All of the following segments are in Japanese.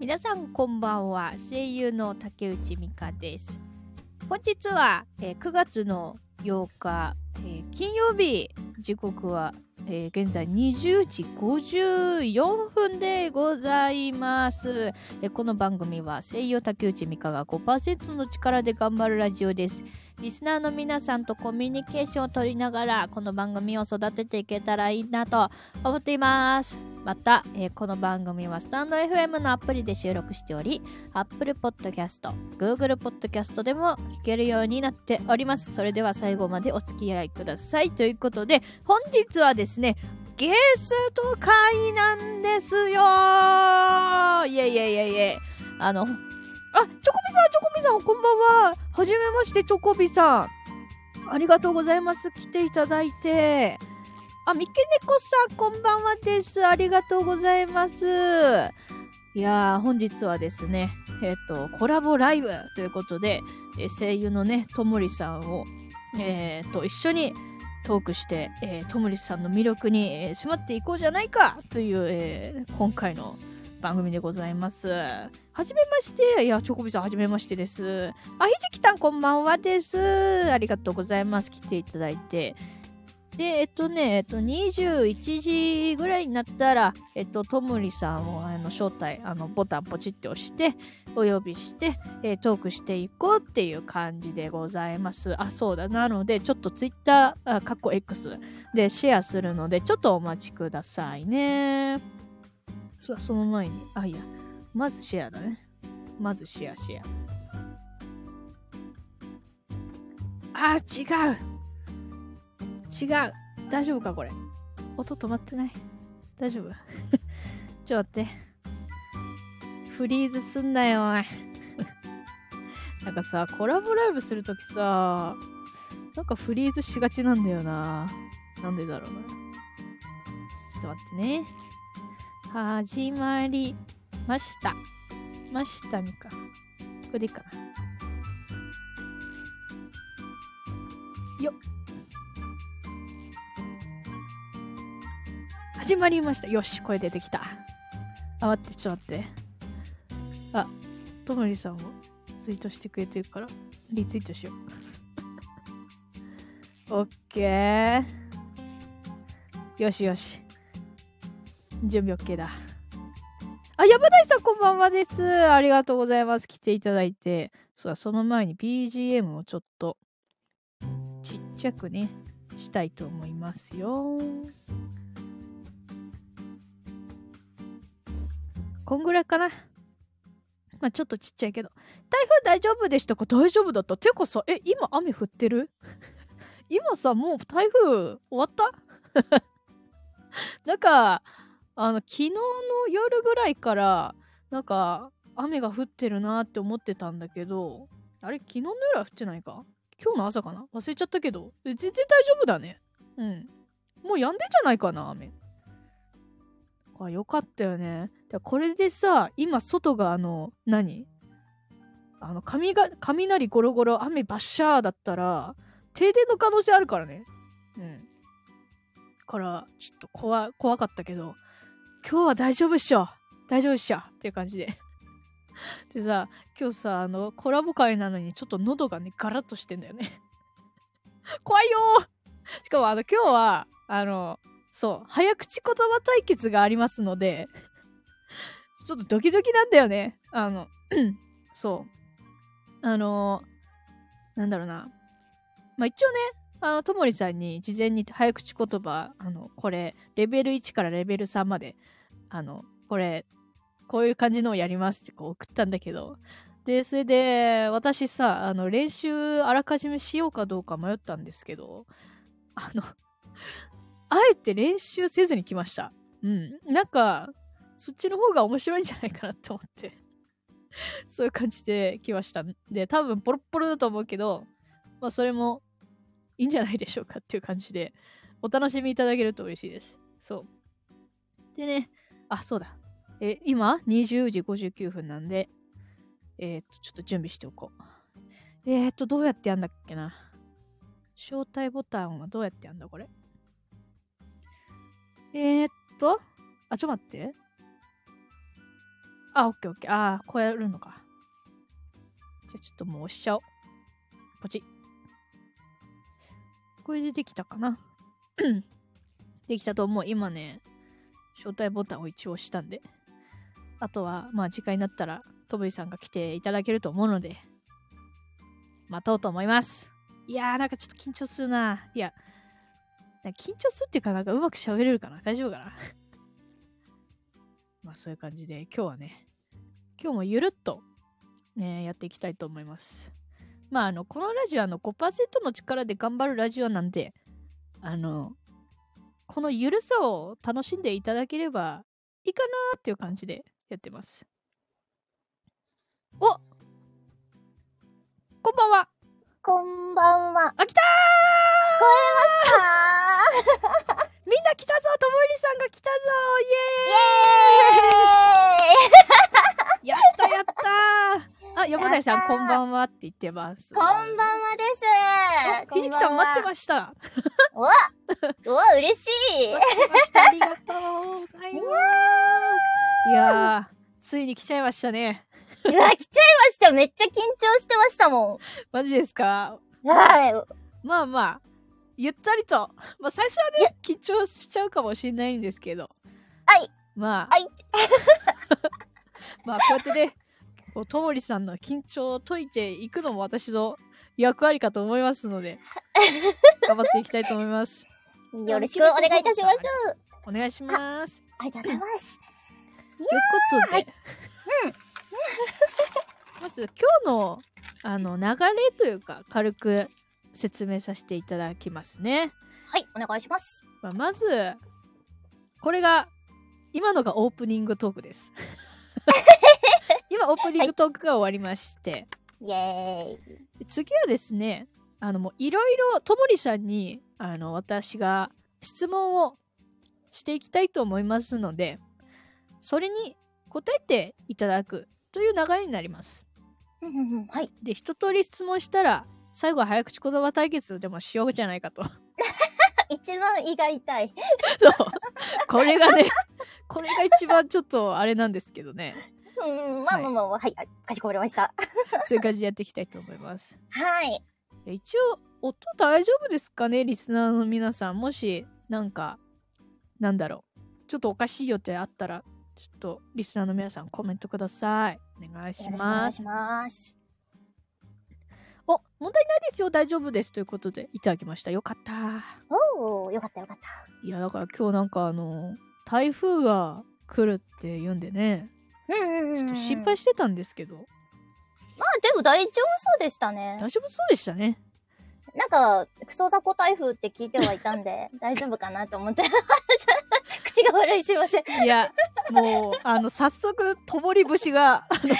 皆さんこんばんは声優の竹内美香です本日は、えー9月の8日、えー金曜日時刻は、えー現在20時54分でございます、えーこの番組は声優竹内美香が5%の力で頑張るラジオですリスナーの皆さんとコミュニケーションを取りながらこの番組を育てていけたらいいなと思っていますまた、えーこの番組はスタンド FM のアプリで収録しており Apple Podcast、Google Podcast でも聞けるようになっておりますそれでは最後までお付き合いくださいということで本日はですねゲスト会なんですよいえいえいえいえあのあチョコビさんチョコビさんこんばんははじめましてチョコビさんありがとうございます来ていただいてあ、三毛猫さん、こんばんはです。ありがとうございます。いやー、本日はですね、えっ、と、コラボライブということで、えー声優のね、ともりさんを、えーと、一緒にトークして、えーともりさんの魅力に、えー迫っていこうじゃないかという、えー今回の番組でございます。はじめまして。いや、チョコビさん、はじめましてです。あ、ひじきたん、こんばんはです。ありがとうございます。来ていただいて。で、えっとね、えっと、21時ぐらいになったら、えっと、とむりさんを、あの、招待、あの、ボタンポチって押して、お呼びして、えートークしていこうっていう感じでございます。あ、そうだ。なので、ちょっとツイッター、あ、かっこ X でシェアするので、ちょっとお待ちくださいね。そ、その前に、あ、いや、まずシェアだね。まずシェア、シェア。あ、違う違う大丈夫かこれ音止まってない大丈夫 ちょっと待ってフリーズすんなよおい なんかさコラボライブするときさなんかフリーズしがちなんだよななんでだろうなちょっと待ってね始まりましたましたにかこれでいいかなよっ始まりましたよし声出てきたあ待ってちょっと待ってあともりさんもツイートしてくれてるからリツイートしようオッケーよしよし準備オッケーだあ山田井さんこんばんはですありがとうございます来ていただいてそうだその前に BGM をちょっとちっちゃくねしたいと思いますよこんぐらいかな。まあ、ちょっとちっちゃいけど。台風大丈夫でしたか大丈夫だった。てかさ、え、今雨降ってる 今さ、もう台風終わった なんか、あの、昨日の夜ぐらいから、なんか、雨が降ってるなって思ってたんだけど、あれ、昨日の夜は降ってないか今日の朝かな忘れちゃったけど、え全然大丈夫だね。うん。もう止んでんじゃないかな、雨。あよかったよね。でこれでさ、今外があの、何あの、雷が、雷ゴロゴロ、雨バッシャーだったら、停電の可能性あるからね。うん。だから、ちょっと怖、怖かったけど、今日は大丈夫っしょ大丈夫っしょっていう感じで。 でさ、今日さ、あの、コラボ会なのにちょっと喉がね、ガラッとしてんだよね。 怖いよーしかもあの、今日は、あの、そう、早口言葉対決がありますので、 ちょっとドキドキなんだよね。あの、 そう。あの、なんだろうな。まあ、一応ね、あの、ともりさんに事前に早口言葉、あの、これ、レベル1からレベル3まで、あの、これ、こういう感じのをやりますってこう送ったんだけど、で、それで、私さ、あの、練習あらかじめしようかどうか迷ったんですけど、あの、あえて練習せずに来ました。うん。なんか、そっちの方が面白いんじゃないかなって思って。 そういう感じで来ました。で、多分ポロッポロだと思うけど、まあそれもいいんじゃないでしょうかっていう感じで、お楽しみいただけると嬉しいです。そう。でね、あ、そうだ。え、今、20時59分なんで、えーっと、ちょっと準備しておこう。えーっと、どうやってやんだっけな。招待ボタンはどうやってやんだこれ。えー、っと、あ、ちょっと待って。あ、オッケーオッケー。あー、超えるのか。じゃあちょっともう押しちゃおう。ポチッ。これでできたかな できたと思う。今ね、招待ボタンを一応押したんで。あとは、まあ次回になったら、とぶいさんが来ていただけると思うので、待とうと思います。いやー、なんかちょっと緊張するな。いや、なんか緊張するっていうか、なんかうまく喋れるかな 大丈夫かなまあそういう感じで、今日はね、今日もゆるっと、ね、やっていきたいと思います。まあ、あの、このラジオ、あの、5%の力で頑張るラジオなんで、あの、このゆるさを楽しんでいただければいいかなっていう感じでやってます。おこんばんはこんばんは。あ、来たーあみんな来たぞともゆりさんが来たぞーイエーイエーイイやったやったーあ、山田さやんったーこんばんはって言ってます。こんばんはです。おひじきたん待ってました。こんばんは。うわ、うわ、嬉しい。待ってました。ありがとうございます。いやー、ついに来ちゃいましたね。うわ、来ちゃいました。めっちゃ緊張してましたもマジですかん。はまあまあ、ゆったりと。まあ最初はね、緊張しちゃうかもしれないんですけど。はい。まあ。はい まあこうやってね、こうともりさんの緊張を解いていくのも私の役割かと思いますので、頑張っていきたいと思います。い。よろしくお願いいたします。お願いします。ありがとうございます。ということで、 まず今日のあの流れというか軽く説明させていただきますね。はい、お願いします。まあ、まずこれが今のがオープニングトーク です。今オープニングトークが終わりまして、イエーイ。次はですねあのもういろいろともりさんにあの私が質問をしていきたいと思いますのでそれに答えていただくという流れになりますうんうんうんはい。で一通り質問したら最後は早口言葉対決でもしようじゃないかと 一番胃が痛い。そうこれがねこれが一番ちょっとあれなんですけどねうん、まあまあまあ、はい、はいかしこまりました。そういう感じでやっていきたいと思いますはい。で一応音大丈夫ですかねリスナーの皆さんもしなんかなんだろうちょっとおかしい予定あったらちょっとリスナーの皆さんコメントくださいお願いしよろしくお願まいすします。お問題ないですよ大丈夫ですということでいただきましたよかったおー、よかったよかった。いやだから今日なんかあの台風が来るって言うんでねうんうんうんちょうっん。と心配してたんですけど、まあでも大丈夫そうでしたね。大丈夫そうでしたねなんか、クソ雑魚台風って聞いてはいた んで、大丈夫かなと思って。口が悪い、すいません。いや、もう、あの、早速、ともり節が、あの、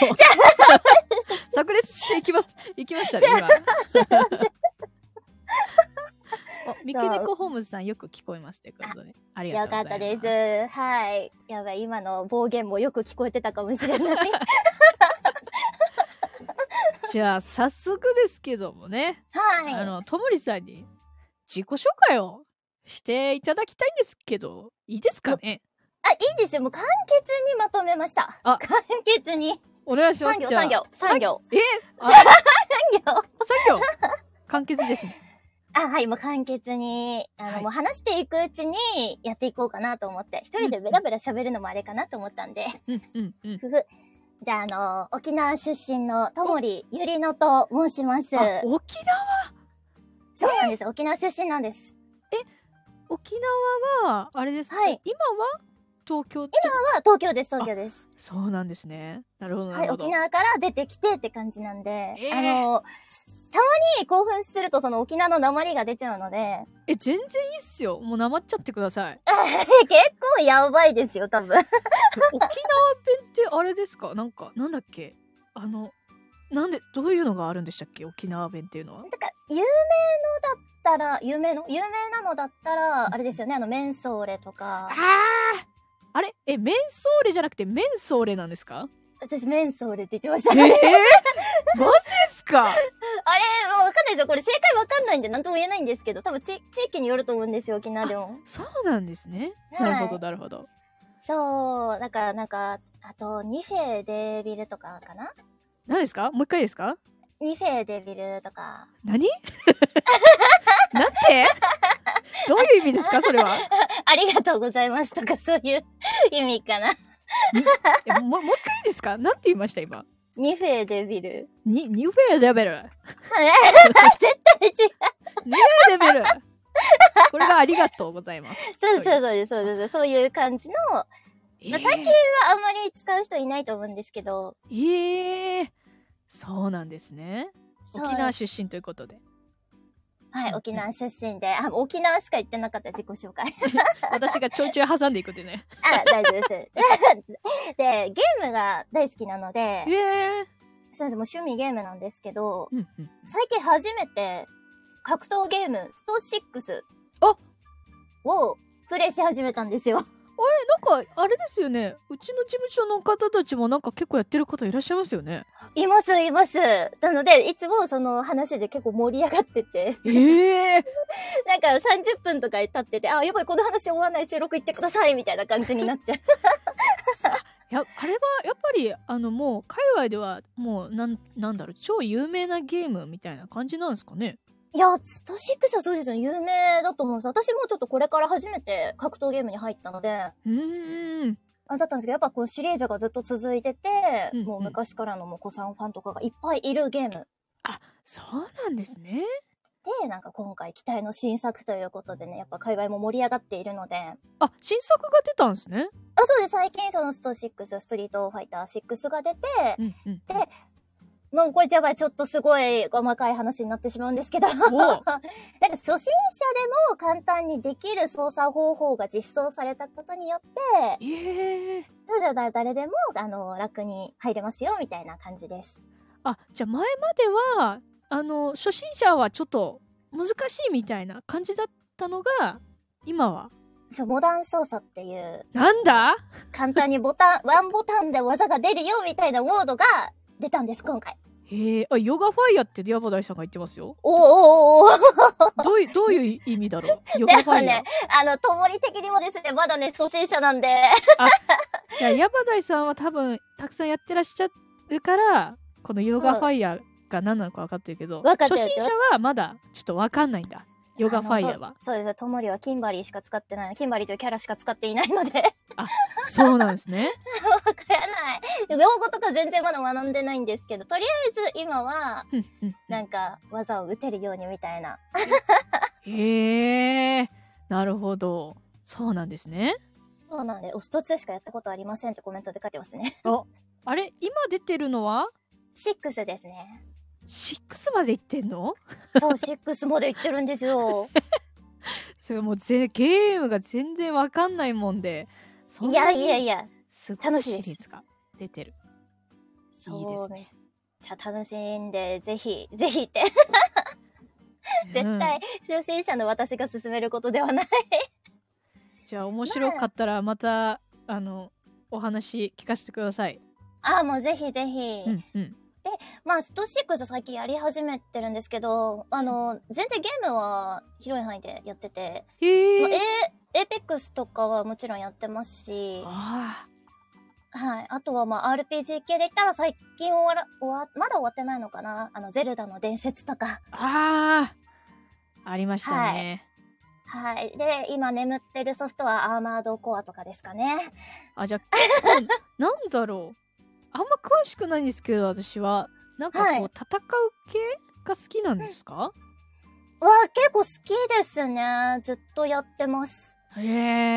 炸裂していきます、いきましたね、今。お、三毛猫ホームズさんよく聞こえますということで。ありがよとうごかっざたいます。で。す。はい。やばい、今の暴言もよく聞こえてたかもし れない。じゃあ、早速ですけどもね、あはい。の、ともりさんに自己紹介をしていただきたいんですけど、いいですかねあ、いいですよ。もう簡潔にまとめました。あ簡潔に。お願いします産。業、じゃあ産業、産。業。え あ、産業。産業。簡潔ですね。あ、はい、もう簡潔に、あの、はいもう話していくうちにやっていこうかなと思って、一人でベラベラ喋るのもあれかなと思ったんで。うん、うん、うん。ふふ。じゃあ、あの沖縄出身のともりゆりのと申します。あ、沖縄そうなんです。沖縄出身なんです。沖縄はあれですか、はい今は東京っては、東京です、東京です。そうなんですねなるほどなはい、るほど、沖縄から出てきてって感じなんで、えーあのたまに興奮するとその沖縄の鉛が出ちゃうの で、え全然いいっすよもうなまっちゃってくださ い結構やばいですよ、多分。沖縄弁ってあれですかなんかなんだっけあのなんでどういうのがあるんでしたっけ沖縄弁っていうのはだから、有名のだったら、有名の有名なのだったら、あれですよね、あの、メンソーレとあかー。あれえメンソーレじゃなくてメンソーレなんです か私、メンソーレって言ってましえたー、ね。マあジれ、もですかうわかんないですよ。これ正解わかんないんで、なんとも言えないんですけど、多分ち、地域によると思うんですよ、沖縄でも。そうなんですね、はいなるほどなるほどそう、だからなんか、あと、ニフェデビルとかかな何ですかもう一回ですかニフェデビルとか。何 なんてどういう意味ですかそれは。ありがとうございますとかそういう意味かな。えももう一回いいですかなんて言いました今。 ニフェデビル。に、ニューフェアレベル。ニュー 違う。フェアレベル。これがありがとうござい ます。そうそうそうです、そうです。そういう感じの、はえ最近あんまり使う人いないと思うんですけど、ええーそうなんですね。そう沖縄出身ということで。はい、沖縄出身で、あ、沖縄しか行ってなかった自己紹介。私がちょいちょい挟んでいくで ね。あ、大丈夫です。 で、ゲームが大好きなのでえ、えそうですもう趣味ゲームなんですけど、うんうん。最近初めて格闘ゲーム、ストあ6をプレイし始めたんですよ。 なんか、あれですよね。うちの事務所の方たちもなんか結構やってる方いらっしゃいますよね。います、います。なので、いつもその話で結構盛り上がってて、 ええなんか30分とか経ってて、あ、やばい、この話終わらない収録行ってください、みたいな感じになっ ちゃう。や、あれはやっぱり、あのもう、界隈ではもう、なん、なんだろう、超有名なゲームみたいな感じなんですかね。いや、スト6はそうですよね。有名だと思うんです。私もちょっとこれから初めて格闘ゲームに入ったので、うーん。あだったんですけど、やっぱこのシリーズがずっと続いてて、うんうんもう昔からのもう子さんファンとかがいっぱいいるゲーム。そうなんですね。で、なんか今回期待の新作ということでね、やっぱ界隈も盛り上がっているので、あ、あ、新作が出たんですね。そうです。最近そのスト6、ストリートファイター6が出て、うんうん。もうこれやばい、ちょっとすごい細かい話になってしまうんですけど、お なんか初心者でも簡単にできる操作方法が実装されたことによって、ええそうだな誰でも、あの、楽に入れますよ、みたいな感じです。あ、じゃあ前までは、あの、初心者はちょっと難しいみたいな感じだったのが、今は。そう、モダン操作っていう、なんだ簡単にボタン、ワンボタンで技が出るよ、みたいなモードが出たんです、今回。へえあヨガファイヤーってヤバダイさんが言ってますよ。おーおーおーおーどういうどういう意味だろ う。ヨでガフもァイヤーね。、あの、ともり的にもですね、まだね、初心者なんで、じゃあヤバダイさんは多分たくさんやってらっしゃるからこのヨガファイヤーが何なのか分かってるけど、分かって初る心者はまだちょっと分かんないんだ。ヨガファイヤーあはの。そうそうです。ともりはキンバリーしか使ってない。キンバリーというキャラしか使っていないので、そうなんです ね。わからない。用語とか全然まだ学んでないんですけど、とりあえず今は、うんうんなんか、技を打てるようにみたいな。へえなるほど。そうなんですね。そうなんで、おスト2しかやったことありませんってコメントで書いてますね。あれ今出てるのは6ですね。 6までいってんのそう、6まで行ってるんですよ。それもうぜゲームが全然分かんないもんで。そんいなやにいやいや。すごい楽シしリいですーズが出てる。そういいですね。じゃあ楽しんで、ぜひ、 ぜひって。絶うん対、初心者の私が勧めることではない。 じゃあ面白かったらまたあのお話聞かせてください。ああ、もうぜひぜひ。うんうん。まあ、スト6最近やり始めてるんですけど、あの、全然ゲームは広い範囲でやってて、へまあえ。エーペックスとかはもちろんやってますし、あはい。あとはまあ RPG 系で言ったら最近終わら、終わ、まだ終わってないのかなあの、ゼルダの伝説とか。あああありましたね。はい。で、今眠ってるソフトはアーマードコアとかですかね。あじゃあ結構なんだろうあんま詳しくないんですけど私はなんかこう、はい戦う系が好きなんですか？わあ、結構好きですね。ずっとやってます。へ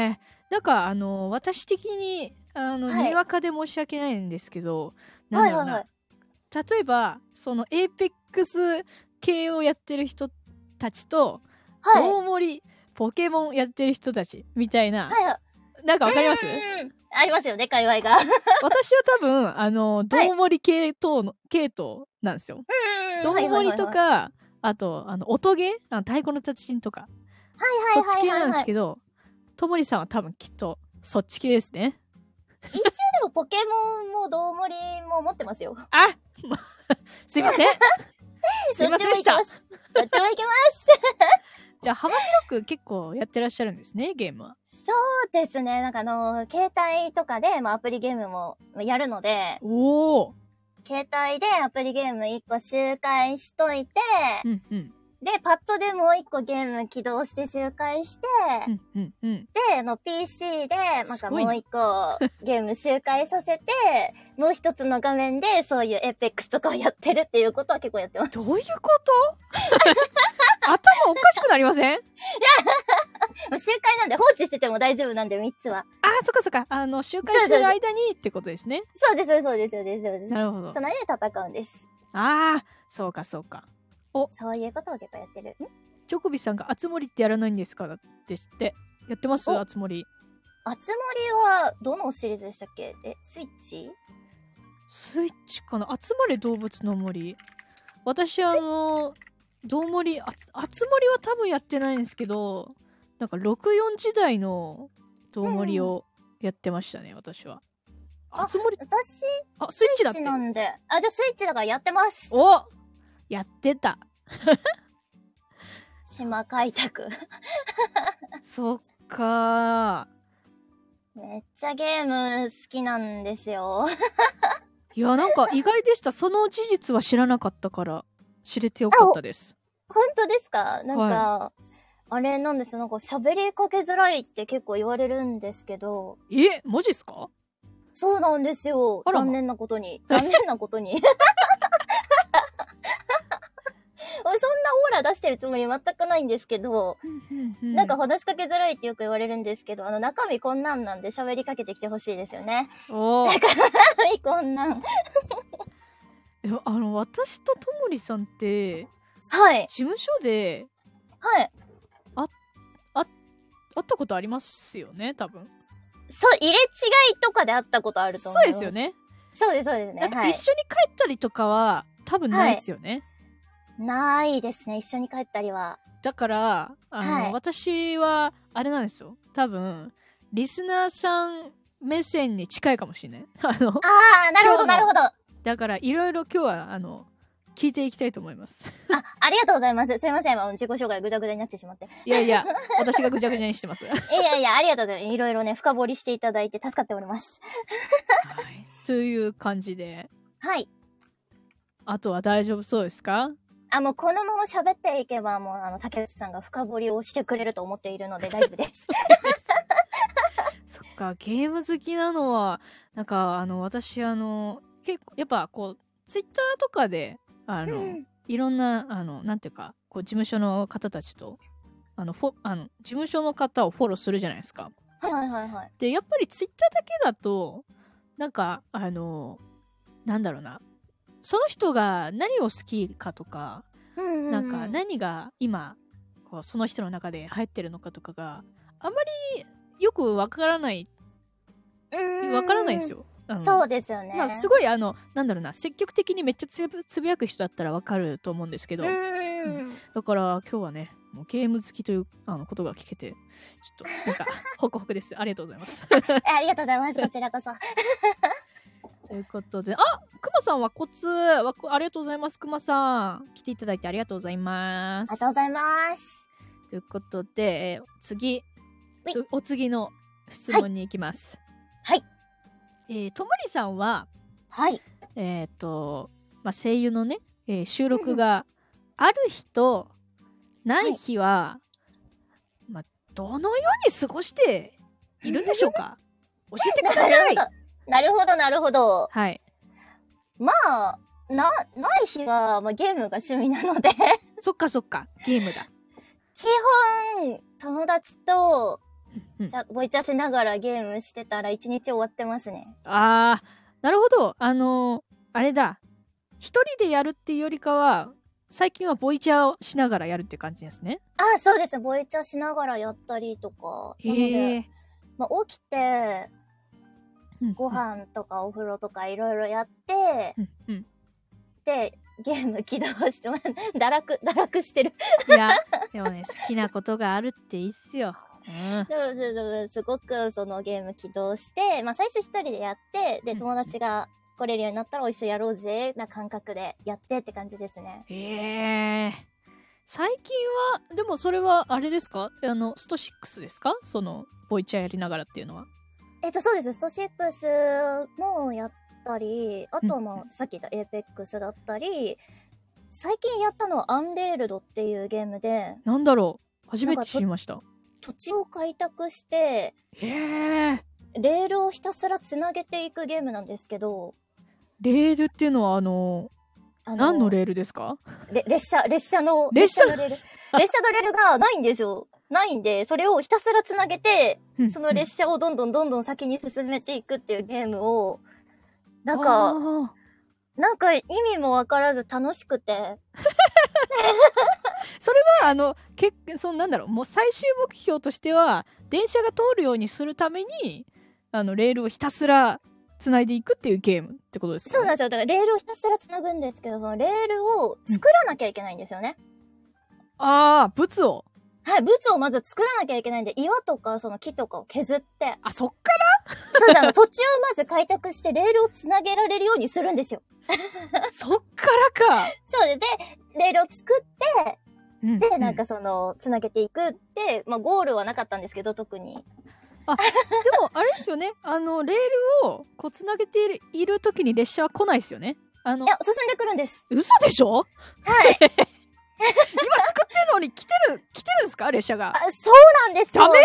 え。なんかあの私的にあの、はいにわかで申し訳ないんですけど、なんはだいろうはな。いはい。例えばそのエーペックス系をやってる人たちと、はい。大盛りポケモンやってる人たちみたいな、はいはい。なんかわかりますうんうん。ありますよね、界 隈が。私は多分あのはい大盛り系統の、系統なんですよ。うん大盛りとはいはいはいはかいあとあの音ゲーあの太鼓の達人とか、はいそっちはい系はないはいんですけどともりさんは多分きっとそっち系ですね。一応でもポケモンもどうもりも持ってますよ。あすいません すいませんでしたどっちも行きますどっちも行きまじゃあ幅広く結構やってらっしゃるんですねゲームは。す。そうですね。なんかあの、携帯とかで、まあアプリゲームもやるので、おお。携帯でアプリゲーム1個周回しといて、うんうん。で、パッドでもう1個ゲーム起動して周回して、うんうんうん。で、あの PC で、なんすかごもいうね1個ゲーム周回させて、 もう1つの画面でそういうエペックスとかをやってるっていうことは結構やっ てます。どういうこと 頭おかしくなりませんもう周回なんで放置してても大丈夫なんで3つは。あー、そっかそっか。あの、周回してる間にってことですね。そうです、そうです、そうです、そうですな。るほどそ。の間に戦うんです。ああ、そうかそうか。そういうことを結構やってる。んチョコビさんが、あつ森ってやらないんですからって知って。やってますおあつ森。あつ森は、どのシリーズでしたっけえ、スイッチスイッチかな集まれ動物の森。私、あの、どうもり、あつ、あつ森は多分やってないんですけど、なんか64時代のどうもりをやってましたね、私は。ああつ森、私、スイあ、スイッチだッってチ。なんで。あ、じゃあスイッチだからやってます。おやってた。島開拓。 そっかめっちゃゲーム好きなんですよ。ー。いや、なんか意外でした。その事実は知らなかったから、知れてよかったです。本当ですかなんか、あれなんですよ。なんか喋りかけづらいって結構言われるんですけど、え、マジっすかそうなんですよ。あらま残念なことに。残念なことに。 そんなオーラ出してるつもり全くないんですけど、なんか、話しかけづらいってよく言われるんですけど、あの中身こんなんなんで喋りかけてきてほしいですよね。おー中身こんなん。いやあの、私とともりさんって、はい。事務所ではい。会ったことありますよね多分そう、入れ違いとかで会ったことあるとそ思いうま。ですすよね。ねそうです、そうですねなん。かは一い。緒に帰ったりとかは多分ないですよね、ないですね。一緒に帰ったりは。だからあの、はい私はあれなんですよ多分リスナーさん目線に近いかもしれないあのあー、なるほど、今な日るのほど。だからいろいろ今日はあの聞いていきたいと思いますあ、ありがとうございます。すいません。あの自己紹介ぐちゃぐちゃになってしまって。いやいや私がぐちゃぐちゃにしてますはいいやいや、ありがとうございます。いろいろね、深掘りしていただいて助かっております。 という感じではい。あとは大丈夫そうですかあ、もうこのまま喋っていけば、もう、あの、竹内さんが深掘りをしてくれると思っているので大丈夫です。そっかゲーム好きなのはなんかあの私あの結構やっぱこうツイッターとかで あの、うんいろんなあのなんていうかこう事務所の方たちとあのフォあの事務所の方をフォローするじゃないですか。はいはいはいはい。でやっぱりツイッターだけだとなんかあのなんだろうなその人が何を好きかとか、うんうん、なんか何が今こうその人の中で入ってるのかとかがあんまりよくわからないうん。わからないんです。よ。あのそうですよね。まあ、すごいあのなんだろうな積極的にめっちゃつぶつぶやく人だったらわかると思うんですけど、うん。だから今日はねもうゲーム好きというあのことが聞けてちょっと なんかホクホクですありがとうございますえありがとうございます。こちらこそ。ということであくまさんはコツわこありがとうございますくまさん来ていただいてありがとうございまありがすとうございます。ということで、えー次はいつお次の質問に行きますはいえーともりさんははい。えっ、と、まあ、声優のね、えー収録がある日とない日は、まあ、どのように過ごしているんでしょう か教えてくださいなるほど、なるほど。はい。まあ、な、ない日は、まあ、ゲームが趣味なので。そっかそっか、ゲームだ。基本、友達と、うんじゃ、ボイチャしながらゲームしてたら一日終わってますね。あー、なるほど。あのーあれだ。一人でやるっていうよりかは、最近はボイチャーをしながらやるって感じですね。あ、そうです。ボイチャしながらやったりとか。なへので、え。まあ、起きて、うんご。飯とかお風呂とかいろいろやって、うんうん。で、ゲーム起動して、 まあ堕落、堕落してる。 いや、でもね、好きなことがあるっていいっすよ。うん。でもでもでもすごくそのゲーム起動して、まあ最初一人でやって、で、うん友達が来れるようになったら一緒やろうぜ、な感覚でやってって感じですね。ええ最近は、でもそれはあれですかあの、スト6ですかその、ボイチャやりながらっていうのは。えっと、そうです。スト6もやったり、あとはまあ、さっき言ったエーペックスだったり、最近やったのはアンレールドっていうゲームで、なんだろう初めなてんかと知りました。土地を開拓して、へえ。レールをひたすらつなげていくゲームなんですけど、レールっていうのは、あの、あ何のレールですかれ列車、列車の、列車のレール。列車のレールがないんですよ。ないんで、それをひたすらつなげて、その列車をどんどんどんどん先に進めていくっていうゲームを、ななんか、か、なんか意味もわからず楽しくて。あの、けそのなんだろう、もう最終目標としては、電車が通るようにするために、あの、レールをひたすら繋いでいくっていうゲームってことですかそうなんですよ。だからレールをひたすら繋ぐんですけど、そのレールを作らなきゃいけないんですよね。ああ、物を。はい、物をまず作らなきゃいけないんで、岩とかその木とかを削って、あ、そっか。そうですあの土地をまず開拓してレールを繋げられるようにするんですよ。そっから か。そうで、で、レールを作っうんて、なんかその、繋げていくって、まあゴールはなかったんですけど、特に。でもあれですよねあのレールをこうつなげているいる時に列車は来ないですよねあのいや、進んでくるんです。嘘でしょはい。今作ってるのに来てる来てるんですか列車が あそうなんですよ。ダメ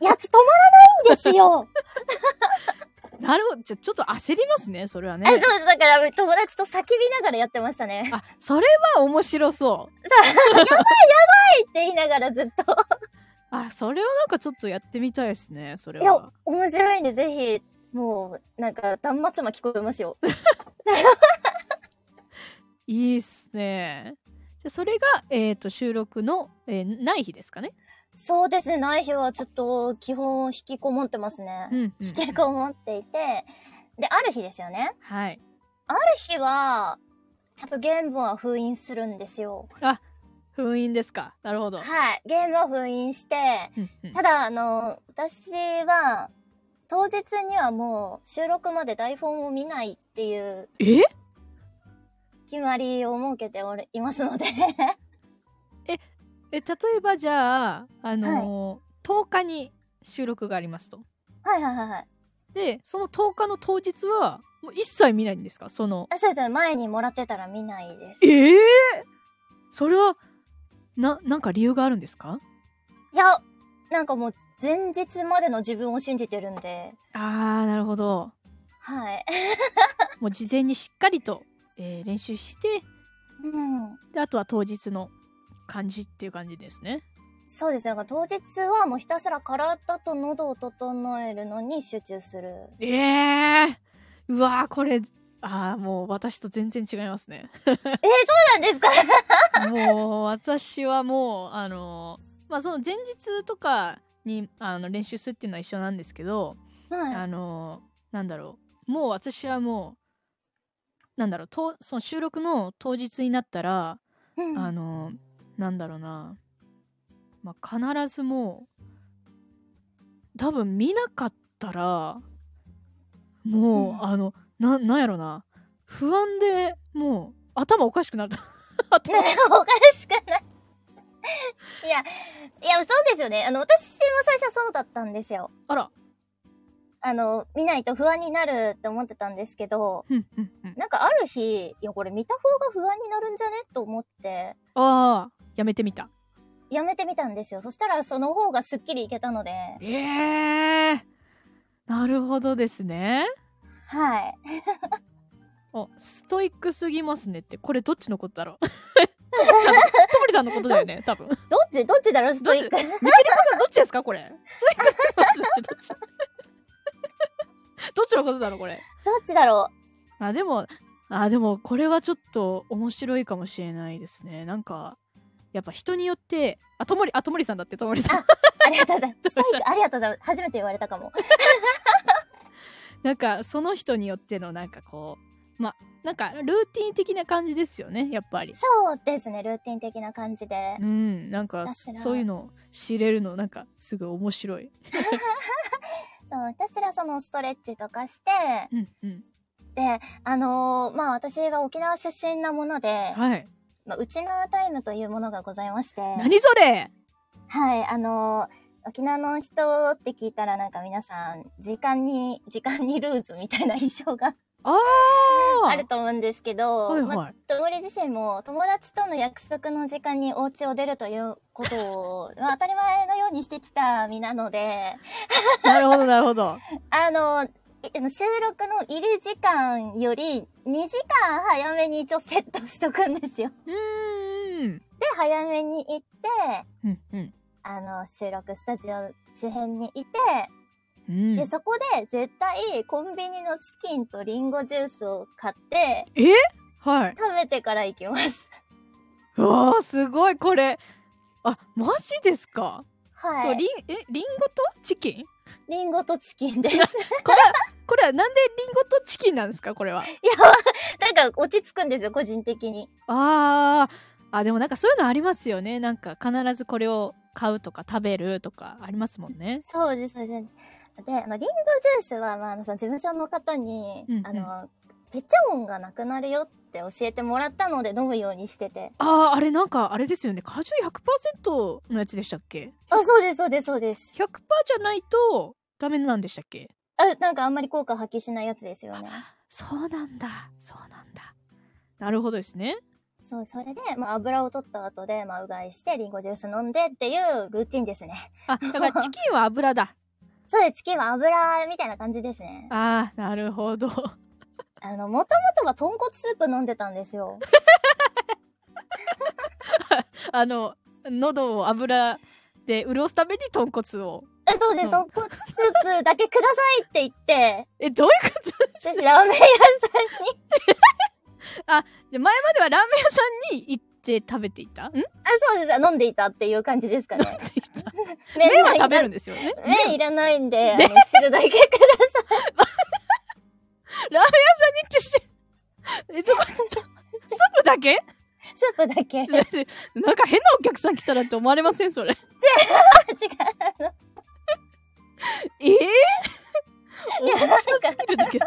やつ止まらないんですよ。なるほどじゃちょっと焦りますねそれはあそうねだから友達と叫びながらやってましたね。 あそれは面白そうはいって言いながらずっと。あそれはなんかちょっとやってみたいですねそれいやは、面白いんでぜひ、もう、なんか、端末魔聞こえますよ。いいっすねじゃそれが、えー、と収録の、えーない日ですかね、 そうですね、ない日はちょっと、基本引きこもってますね。うんうん引きこもっていて。で、ある日ですよね。はいある日は、ちょっとゲームは封印するんですよ。封印ですかなるほど、はい。ゲームは封印して、うんうんただ、あの、私は、当日にはもう収録まで台本を見ないっていうえ決まりを設けておりいます ので。え例えばじゃあ、あのー10日に収録がありますとはいはいはいはい。でその10日の当日はもう一切見ないんですかそのあ、そうです。前にもらってたら見ないです。ええそれはななんか理由があるんですかいや、なんかもう前日までの自分を信じてるんで。あーなるほどはい。 もう事前にしっかりと、えー練習してうん。であとは当日の感じっていう感じですねそうです。だから当日はもうひたすら体と喉を整えるのに集中する。ええうわーこれあーもう私と全然違います ねそうなんです かもう私はもうあのまあその前日とかにあの練習するっていうのは一緒なんですけど、はあい。のなんだろうもう私はもうなんだろうとその収録の当日になったら、うんあのなんだろうな、まあ、必ずもう多分見なかったらもう、うんあのななんやろな不安でもう頭おかしくなる 頭ね おかしくない。 いや、いや、そうですよね。あの、私も最初はそうだったんですよ。あらあの、見ないと不安になるって思ってたんですけど、うんうんうんなんかある日、いや、これ見た方が不安になるんじゃねと思って、ああやめてみたやめてみたんですよ。そしたらその方がスッキリいけたので、ええなるほどですねはい。おストイックすぎますねってこれどっちのことだろう トモリさんのトモリさんのことだよね多分ミどっちどっちだろうストイ ック。カさんどっちですかこれストイックすぎますねってどっちどっちのことだろうこれどっちだろあでもあでもこれはちょっと面白いかもしれないですねなんかやっぱ人によってあトモリあトモリさんだってトモリ さんうありがとうございます。 ストイック、ありがとうございます。初めて言われたかも。なんかその人によってのなんかこうまなんかルーティン的な感じですよねやっぱりそうですね、ルーティン的な感じでう。んなんかだからそういうの知れるのなんかすごい面白いそう、ひたすらそのストレッチとかして、うんうんで、あのーまあ私は沖縄出身なもので、はいまあ、ウチナータイムというものがございまして。何それはい、あのー沖縄の人って聞いたらなんか皆さん、時間に、時間にルーズみたいな印象があああると思うんですけど、はいまあ、はい。ともり自身も友達との約束の時間にお家を出るということを、まあ、当たり前のようにしてきた身なので、 なるほど、なるほど。あの、いあの収録のいる時間より2時間早めに一応セットしとくんですよ。うーん。で、早めに行って、うん、うん。あの、収録スタジオ周辺にいて、うん、で、そこで絶対コンビニのチキンとリンゴジュースを買って、はい。食べてから行きます。うわあ、すごい、これ。あ、マジですか、はい。リン、え、リンゴとチキンリンゴとチキンです。いや、これは なんでリンゴとチキンなんですかこれは。 なんか落ち着くんですよ、個人的に。あーあでもなんかそういうのありますよねなんか必ずこれを買うとか食べるとかありますもんねそうです、そうです。で、あの、リンゴジュースは、まあ、あの、その事務所の方に、うんうんあの、ペチャ音がなくなるよって教えてもらったので飲むようにしてて。あああれなんかあれですよね果汁100%のやつでしたっけあ、そうです、そうです、そうです。 100%じゃないとダメなんでしたっけあ、なんかあんまり効果発揮しないやつですよね。そうなんだそうなんだなるほどですねそう、それで、まあ、油を取った後で、まあ、うがいして、リンゴジュース飲んでっていうルーティンですね。あだからチキンは油だそうです、チキンは油みたいな感じですね。あーなるほど あの、もともとは豚骨スープ飲んでたんですよ。あの喉を油で潤すために豚骨をえ、そうでうす、ん豚骨スープだけくださいって言 って、えどういうことでラーメン屋さんにじゃあ前まではラーメン屋さんに行って食べてい たんあ、そうです。飲んでいたっていう感じですかね。って言った 麺麺ははいら食べるんですよね。麺麺いらないんで、あでの汁だけくだ さい。ってして、え、どこ 行ったスープだけ スープだ け。違う、なんか変なお客さん来たらって思われませんそれ。あの えぇ、いや、なんか、ー、見るだけ。ウ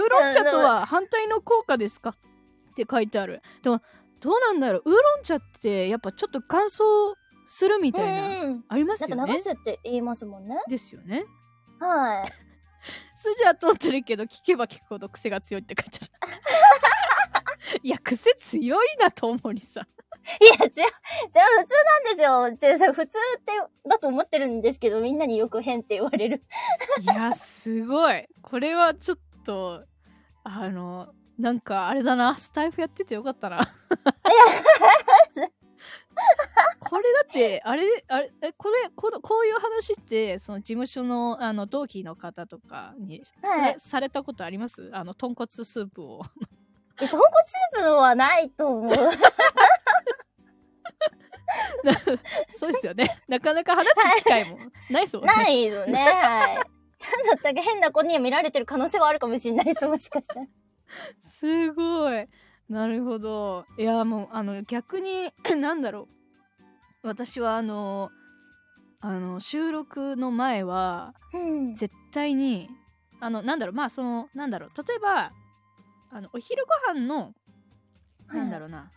ーロン茶とは反対の効果ですかって書いてある。でも、どうなんだろうウーロン茶ってやっぱちょっと乾燥するみたいな、うん。ありますなよんか流ね。すって言いますもんね。ですよね。はい。筋は通ってるけど聞けば聞くほど癖が強いって書いて ある。いや、癖強いな、ともりさん。いや、違う、違う、普通なんですよ。違うそれ、普通って、だと思ってるんですけど、みんなによく変って言われる。 いやすごいこれはちょっとあのなんかあれだなスタイフやっててよかった なこれだってあれあれえこれこのこういう話ってその事務所のあの同期の方とかにされ,、はいされたことありますあの豚骨スープを え、豚骨スープはないと思う。 そうですよねなかなか話す機会もないそうねないよね、はい。なんだったか変な子には見られてる可能性はあるかもしれないです、もしかしたら。すごいなるほどいやもうあの逆に なんだろう私はあのあの収録の前はうん。絶対にあのなんだろうまあそのなんだろう例えばあのお昼ご飯のなんだろうな、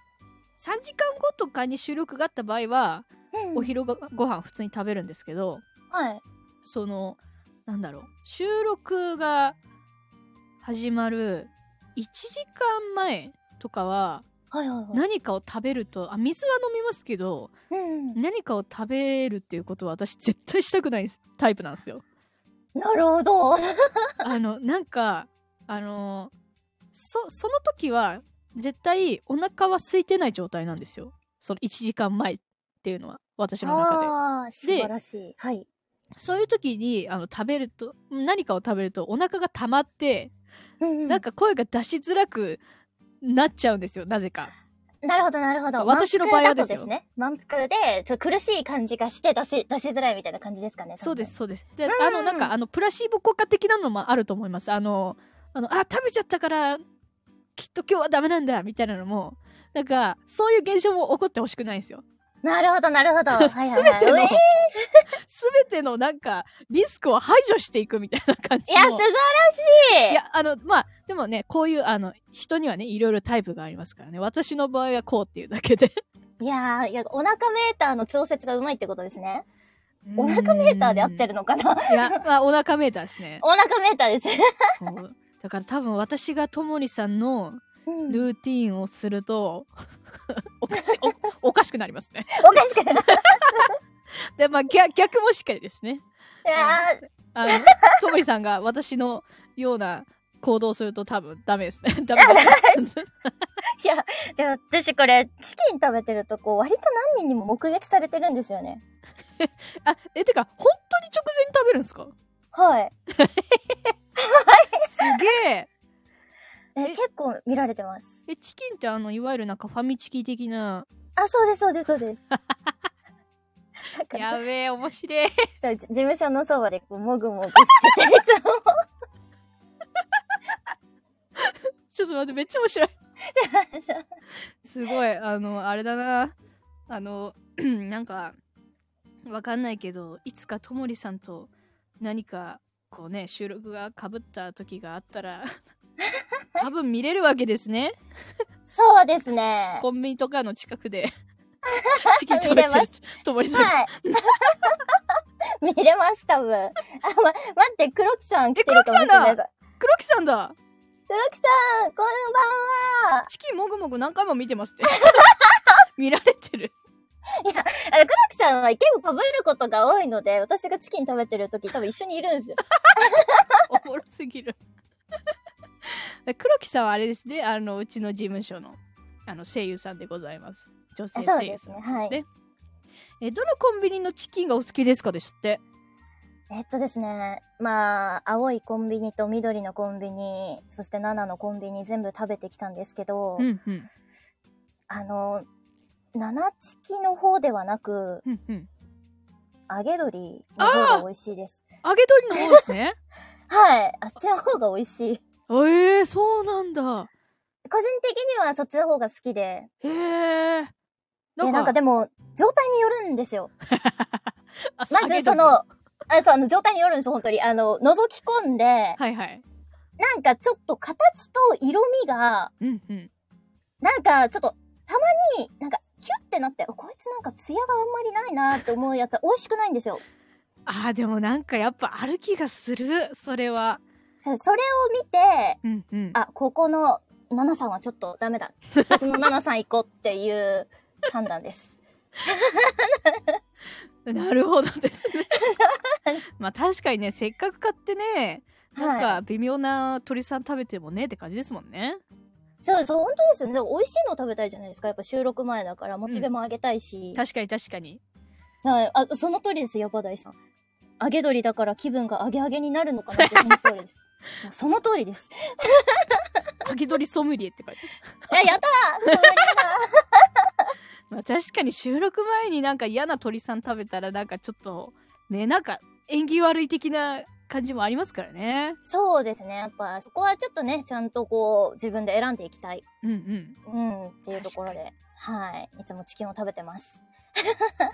3時間後とかに収録があった場合はうん。お昼ごご飯普通に食べるんですけどはい。そのなんだろう収録が始まる1時間前とかははいはいはい。何かを食べるとあ水は飲みますけどうん。何かを食べるっていうことは私絶対したくないタイプなんです よ。なるほど。はいあのなんかあのそその時は絶対お腹は空いてない状態なんですよその1時間前っていうのは私の中で。ああ、素で晴らしい。はい。そういう時にあの食べると何かを食べるとお腹が溜まってうんうんなん、か声が出しづらくなっちゃうんですよなぜか。なるほど、なるほそうど。私の場合はですよ満腹だとね。満腹で、ちょっと苦しい感じがして出し、出しづらいみたいな感じですかね。多分そうです。そうですで、うんあのなんかあのプラシーボ効果的なのもあると思いますあのあのあ食べちゃったからきっと今日はダメなんだみたいなのもなんかそういう現象も起こってほしくないんですよなるほど、なるほ ど。はいはい、は 全い。てのうえ全てのなんかリスクを排除していくみたいな感じいや、素も晴らしいいやあのまあでもね、こういう、あの、人にはね、いろいろタイプがありますからね。私の場合はこうっていうだけで。いやー、いや、お腹メーターの調節がうまいってことですね。お腹メーターで合ってるるのかないや、まあ、お腹メーターですね。お腹メーターです。そうだから多分私がともりさんのうんルーティーンをすると、 おかしおおかしくなりますね。 おかしくない。で、まあ逆逆もしっかりですね。いやーあ の、ともりさんが私のような行動をすると多分ダメです ね。ダメです。いや、でも私これ、チキン食べてるとこう、割と何人にも目撃されてるんですよね。あ、え、てか、本当に直前に食べるんですかはい。すげえ。ええ結構見られてます。 え、チキンってあの、いわゆるなんかファミチキ的な。あ、そうです、そうです、そうです。なんかやべえ、面白い。そう じ事務所のそばでこう、もぐもぐしてて、いつも ちょっと待って、めっちゃ面白い。そうすごい、あの、あれだな。あの、 なんか、わかんないけど、いつかともりさんと何か、こうね、収録がかぶった時があった ら、多分見れるわけですね。 そうですね。コンビニとかの近く で。チキン食べて見れまるともりさん。はい。 見れます、多分。あ、ま、待って、黒木さん来てるかもしれなえ黒木さんい。だ黒木さんだ黒木さん、こんばんは。チキンもぐもぐ何回も見てます って。見られてる。あ黒木さんは結構被ることが多いので、私がチキン食べてる時多分一緒にいるんですよ。 おもろすぎる。黒木さんはあれですね、あの、うちの事務所の、あの、声優さんでございます。女性あ そう声優ですさんねで。すね。はい。え、どのコンビニのチキンがお好きですかですって。えっとですね、まあ、青いコンビニと緑のコンビニ、そして7のコンビニ全部食べてきたんですけど、うんうん。あの、七チキの方ではなく、うんうん。揚げ鶏の方が美味しいです。揚げ鶏の方ですね。はい。あっちの方が美味しい。 えー、そうなんだ。個人的にはそっちの方が好きで。へえー。いやなんかでも、状態によるんですよ。あそう揚まずげそ鶏の、あそう、あの、状態によるんです、本当に。あの、覗き込んで、はいはい。なんかちょっと形と色味が、うんうん。なんかちょっと、たまになんか、キュッてなって、おこいつなんかツヤがあんまりないなって思うやつは美味しくないんですよ。あー、でもなんかやっぱある気がする。それは。そそれを見て、うんうん。あ、ここのナナさんはちょっとダメだ。別のナナさん行こうっていう判断です。なるほどですね。 まあ確かにね、せっかく買ってね、 なんはか微妙な鳥さん食べてもねって感じですもんね。い。そう、そう、本当ですよね。でも美味しいの食べたいじゃないですか。やっぱ収録前だから、モチベも上げたいし。確かに確かに。はい。あ、その通りですよ、バダイさん。揚げ鳥だから気分が揚げ揚げになるのかなってその通 りです。その通りです。揚げ鶏ソムリエって書いてある。え、やったーそんなにやだ まあ確かに収録前になんか嫌な鳥さん食べたらなんかちょっと、ね、なんか縁起悪い的な感じもありますからね。そうですね。やっぱ、そこはちょっとね、ちゃんとこう、自分で選んでいきたい。うんうん。うん、っていうところで。はい。いつもチキンを食べてます。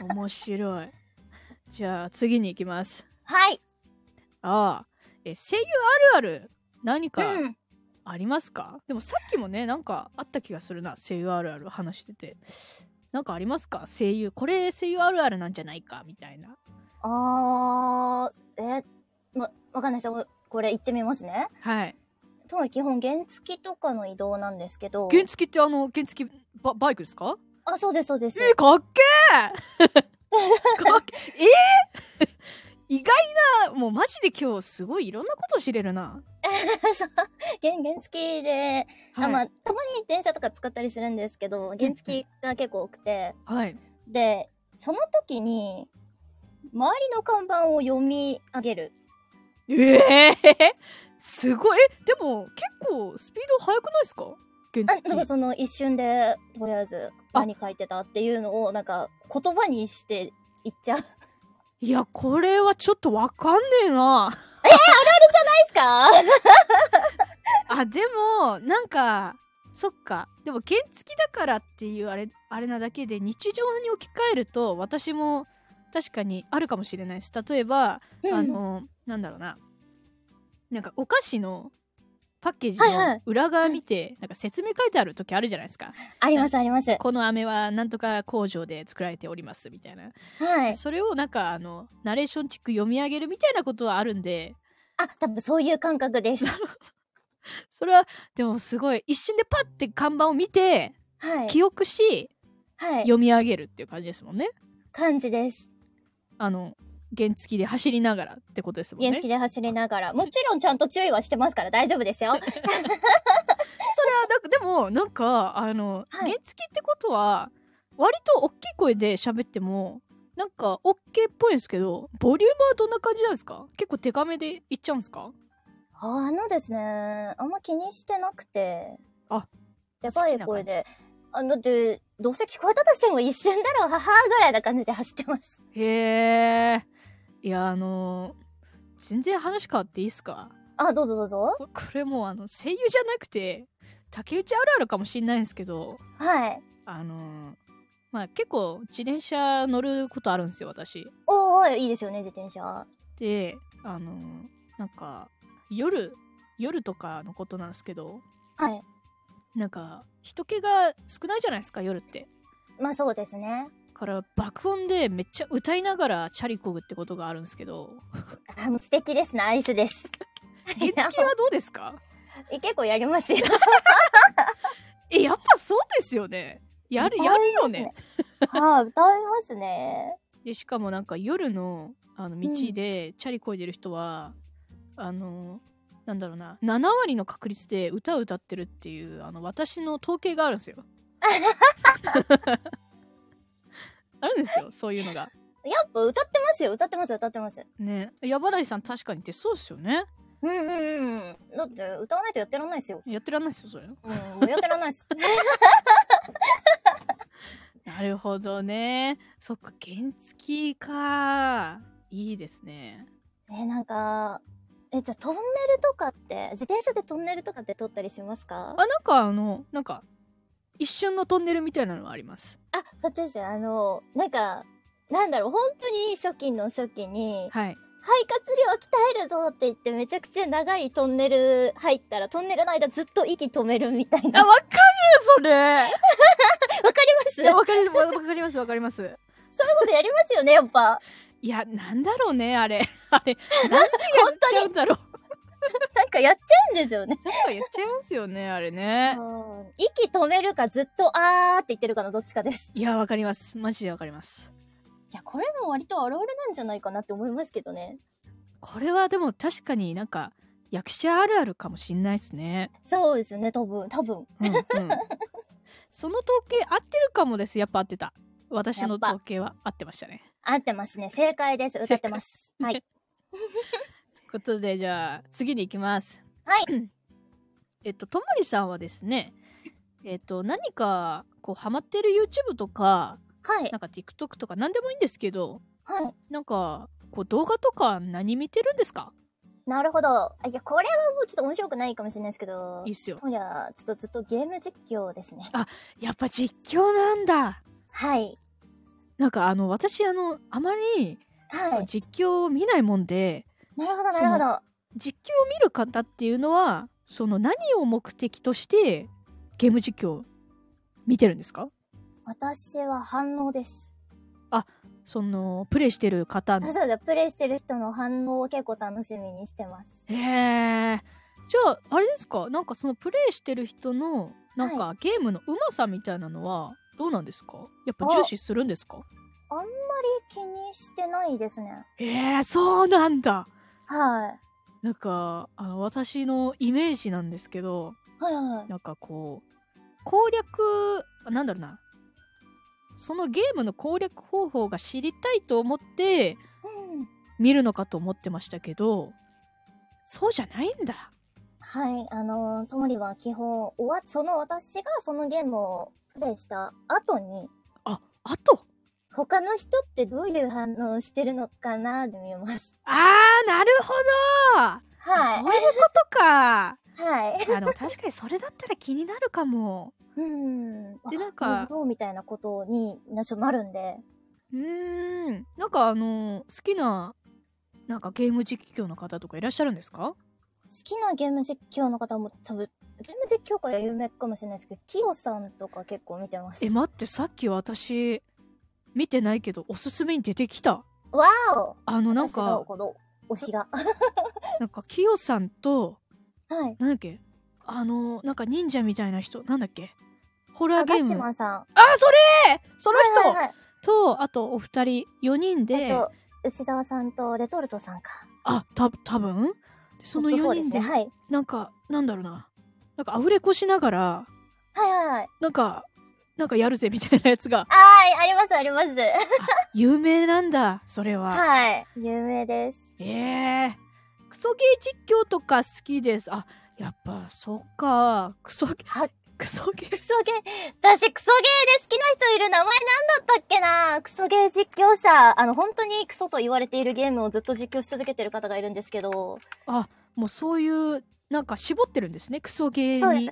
面白い。じゃあ次に行きます。はい。ああ、え、声優あるある何うかん。ありますかでもさっきもねなんかあった気がするな声優あるある話しててなんかありますか声優これ声優あるあるなんじゃないかみたいなあー、え、ま、わかんないですよ。これ行ってみますね。はいともり基本原付とかの移動なんですけど。原付ってあの原付ババイクですかあ、そうです、そうです。えー、かっけ ーかっけーえー、意外なもうマジで今日すごいいろんなこと知れるな、 そう原原付で、はいあまあ、たまに電車とか使ったりするんですけど、原付が結構多くて、はい、で、その時に、周りの看板を読み上げる。えー、すごいえでも結構スピード速くないですかあ原、付なんかその一瞬で、とりあえずあ何書いてたっていうのを、なんか言葉にして言っ ちゃう。いいいやこれはちょっとわかんねえなですかあでもなんかそっかでも原付だからっていうあれあれなだけで日常に置き換えると私も確かにあるかもしれないです例えば、あうんのなんだろうななんかお菓子のパッケージはいはのい裏側見て、なんか説明書いてある時あるじゃないですかありますあります。はこの飴はなんとか工場で作られておりますみたいな、い。それをなんかあのナレーションチック読み上げるみたいなことはあるんであ、多分そういう感 覚です。それはでもすごい一瞬でパッて看板を見てはい。記憶しはい。読み上げるっていう感じですもんね感じです。あの原付きで走りながらってことですもんね原付で走りながら。もちろんちゃんと注意はしてますから大丈夫ですよ。あだでもなんかあの、はい原付ってことは割と大きい声で喋ってもなんか OK っぽいんですけどボリュームはどんな感じなんですか結構デカめでいっちゃうんですか あのですね、あんま気にしてなくて。あ、でかい声で。あの、だって、どうせ聞こえたとしても一瞬だろう、ははーぐらいな感じで走ってます。へえいやあの全然話変わっていいですかあ、どうぞどうぞ。ここれもうあの声優じゃなくて竹内あるあるかもしんないんですけどはい。あのまあ結構自転車乗ることあるんですよ私。おーおー、いいですよね、自転車。であのなんか夜夜とかのことなんですけどはい。なんか人気が少ないじゃないですか夜ってまあそうですね。から爆音でめっちゃ歌いながらチャリこぐってことがあるんですけどあ、もう素敵ですナイスです。原付はどうですかえ結構やりますよ。えやっぱそうですよねやる歌いやまするよね。はい、歌いますね。でしかもなんか夜のあの道でチャリこいでる人は、あのなんだろうな7割の確率で歌を歌ってるっていうあの私の統計があるんですよ。 あるんですよそういうのが。やっぱ歌ってますよ、歌ってます、歌ってます。ね山梨さん確かにってそうですよね。うんうんうん。だって、歌わないとやってらんないですよ。やってらんないですよそれ。うん、もうやってらんない です。なるほどね。そっか原付か。いいですね。え、なんか、え、じゃあトンネルとかって、自転車でトンネルとかって撮ったりしますかあなんかあのなんか一瞬のトンネルみたいなのはあります。あ、私、あの、なんか、なんだろう、本当に初期の初期に、はい。肺活量鍛えるぞって言って、めちゃくちゃ長いトンネル入ったら、トンネルの間ずっと息止めるみたい な。あわかわかるそれ。りいますや わかりわわかりますわかりますそういうことやりますよね、やっぱ。いやなんだろうねあれ あれなんでやっちゃうんだろうなんかやっちゃうんですよね。なんかやっちゃいますよねあれね うん息止めるかずっとあーって言ってるかのどっちかです。いやわかりますマジでわかりますいや、これも割とあるあるなんじゃないかなって思いますけどね。これはでも確かになんか役者あるあるかもしんないですねそうですね、多分、多分。うん うんその統計合ってるかもですやっぱ合ってた私のやっぱ統計は合ってましたね合ってますね。正解です。歌ってます。はい。ということでじゃあ次に行きますはい えっとともりさんはですねえっと何かこうハマってる YouTube とか はいな。んか TikTok とか何でもいいんですけどはい。なんかこう動画とか何見てるんですかなるほど。あいや、これはもうちょっと面白くないかもしれないですけどいい。っすよそりゃ、ちょっとずっとゲーム実況ですね。やっぱ実況なんだはい。なんかあの私あのあまりそはのい。実況を見ないもんでなるほど、なるほど。実況を見る方っていうのはその何を目的としてゲーム実況を見てるんですか私は反応です。そのプレイしてる方あのそうだ、プレイしてる人の反応を結構楽しみにしてます。へえじゃああれですかなんかそのプレイしてる人のなんかゲームのうまさみたいなのはどうなんですかやっぱ重視するんですか気にしてないですね。えー、そうなんだはい。なんかあの私のイメージなんですけどはいはいはい。なんかこう攻略あなんだろうなそのゲームの攻略方法が知りたいと思ってうん。見るのかと思ってましたけどそうじゃないんだはい、あのー、ともりは基本、おわ、その私がそのゲームをプレイした後に、あと他の人ってどういう反応してるのかなって見ます。あーなるほどはそういうことかい。 はい。あの確かにそれだったら気になるかもうん。でなんあかどうどうみたいなことにな、ちょっとなるんで。うーんなんかあの好きななんかゲーム実況の方とかいらっしゃるんですかきなゲーム実況の方も多分、ゲーム実況界は有名かもしれないですけど、キヨさんとか結構見てます。え、待って、さっき私、見てないけど、おすすめに出てきた。わーおあの、なん私のか、この推しが。なんか、キヨさんと、はい。なんだっけあの、なんか忍者みたいな人、なんだっけホラあーゲガーム。チマンさん。あ、それその人、はいはいはいと、あとお二人、四人で、えっと、牛沢さんとレトルトさんか。あ、た、多分でそのトップ四4人でで、すね。はい。なんか、なんだろうな。なんか、アフレコしながら、はいはいはい。なんか、なんかやるぜみたいなやつ が、あー、ありますあります。有名なんだ、それは。はい。有名です。ええクソゲー実況とか好きです。あ、やっぱ、そっか。クソゲは、クソゲーク。ソゲー、私クソゲーで好きな人いる名前なんだったっけなクソゲー実況者。あの、本当にクソと言われているゲームをずっと実況し続けてる方がいるんですけど。もうそういう、なんか絞ってるんですね、クソゲーに。そうです。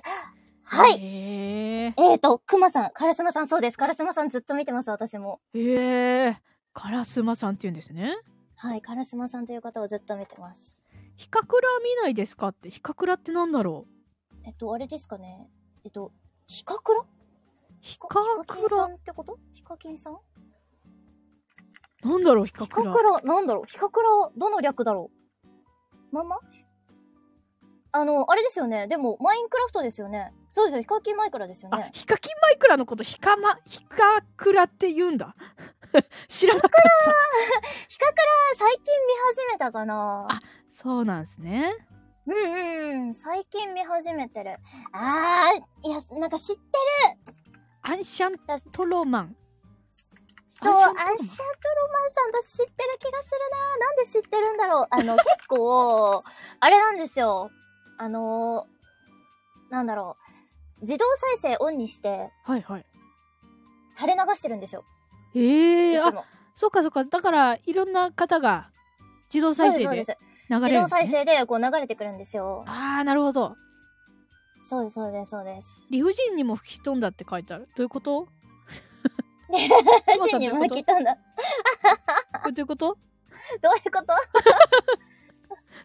はい。えええーと、クマさん、カラスマさんそうです。カラスマさんずっと見てます、私も。ええカラスマさんって言うんですね。はい、カラスマさんという方をずっと見てます。ヒカクラ見ないですかって。ヒカクラってなんだろえっと、あれですかね。えっと、ヒカクラうヒカクさラ、んってことヒカキンさんなんだろうヒカヒクカラク。ラ、なんだろうヒカクラ、どの略だろうまんまあの、あれですよね。でも、マインクラフトですよね。そうですよ。ヒカキンマイクラですよあね、。ヒカキンマイクラのことヒカマ、ヒカクラって言うんだ。 知らなかった。ヒカクラ、最近見始めたかなあそうなんですね。うんうんうん。最近見始めてる。あー、いや、なんか知ってアンシャントロマン。そう、アンシャートロマンンさんと知ってる気がするななんで知ってるんだろう。あ の、結構、あれなんですよ。あのー、なんだろう。自動再生オンにして、はいはい。垂れ流してるんですよ。ええいつあ、もそうかそうか。だから、いろんな方が自動再生そうで、ですそ流うです。れ自るんで動す、再ね。生でこう流れてくるんですよ。ああ、なるほど。そうです、そうです、そうです。理不尽にも吹き飛んだって書いてある。どういう こと死に巻き飛んだ。どういうことどどういうこと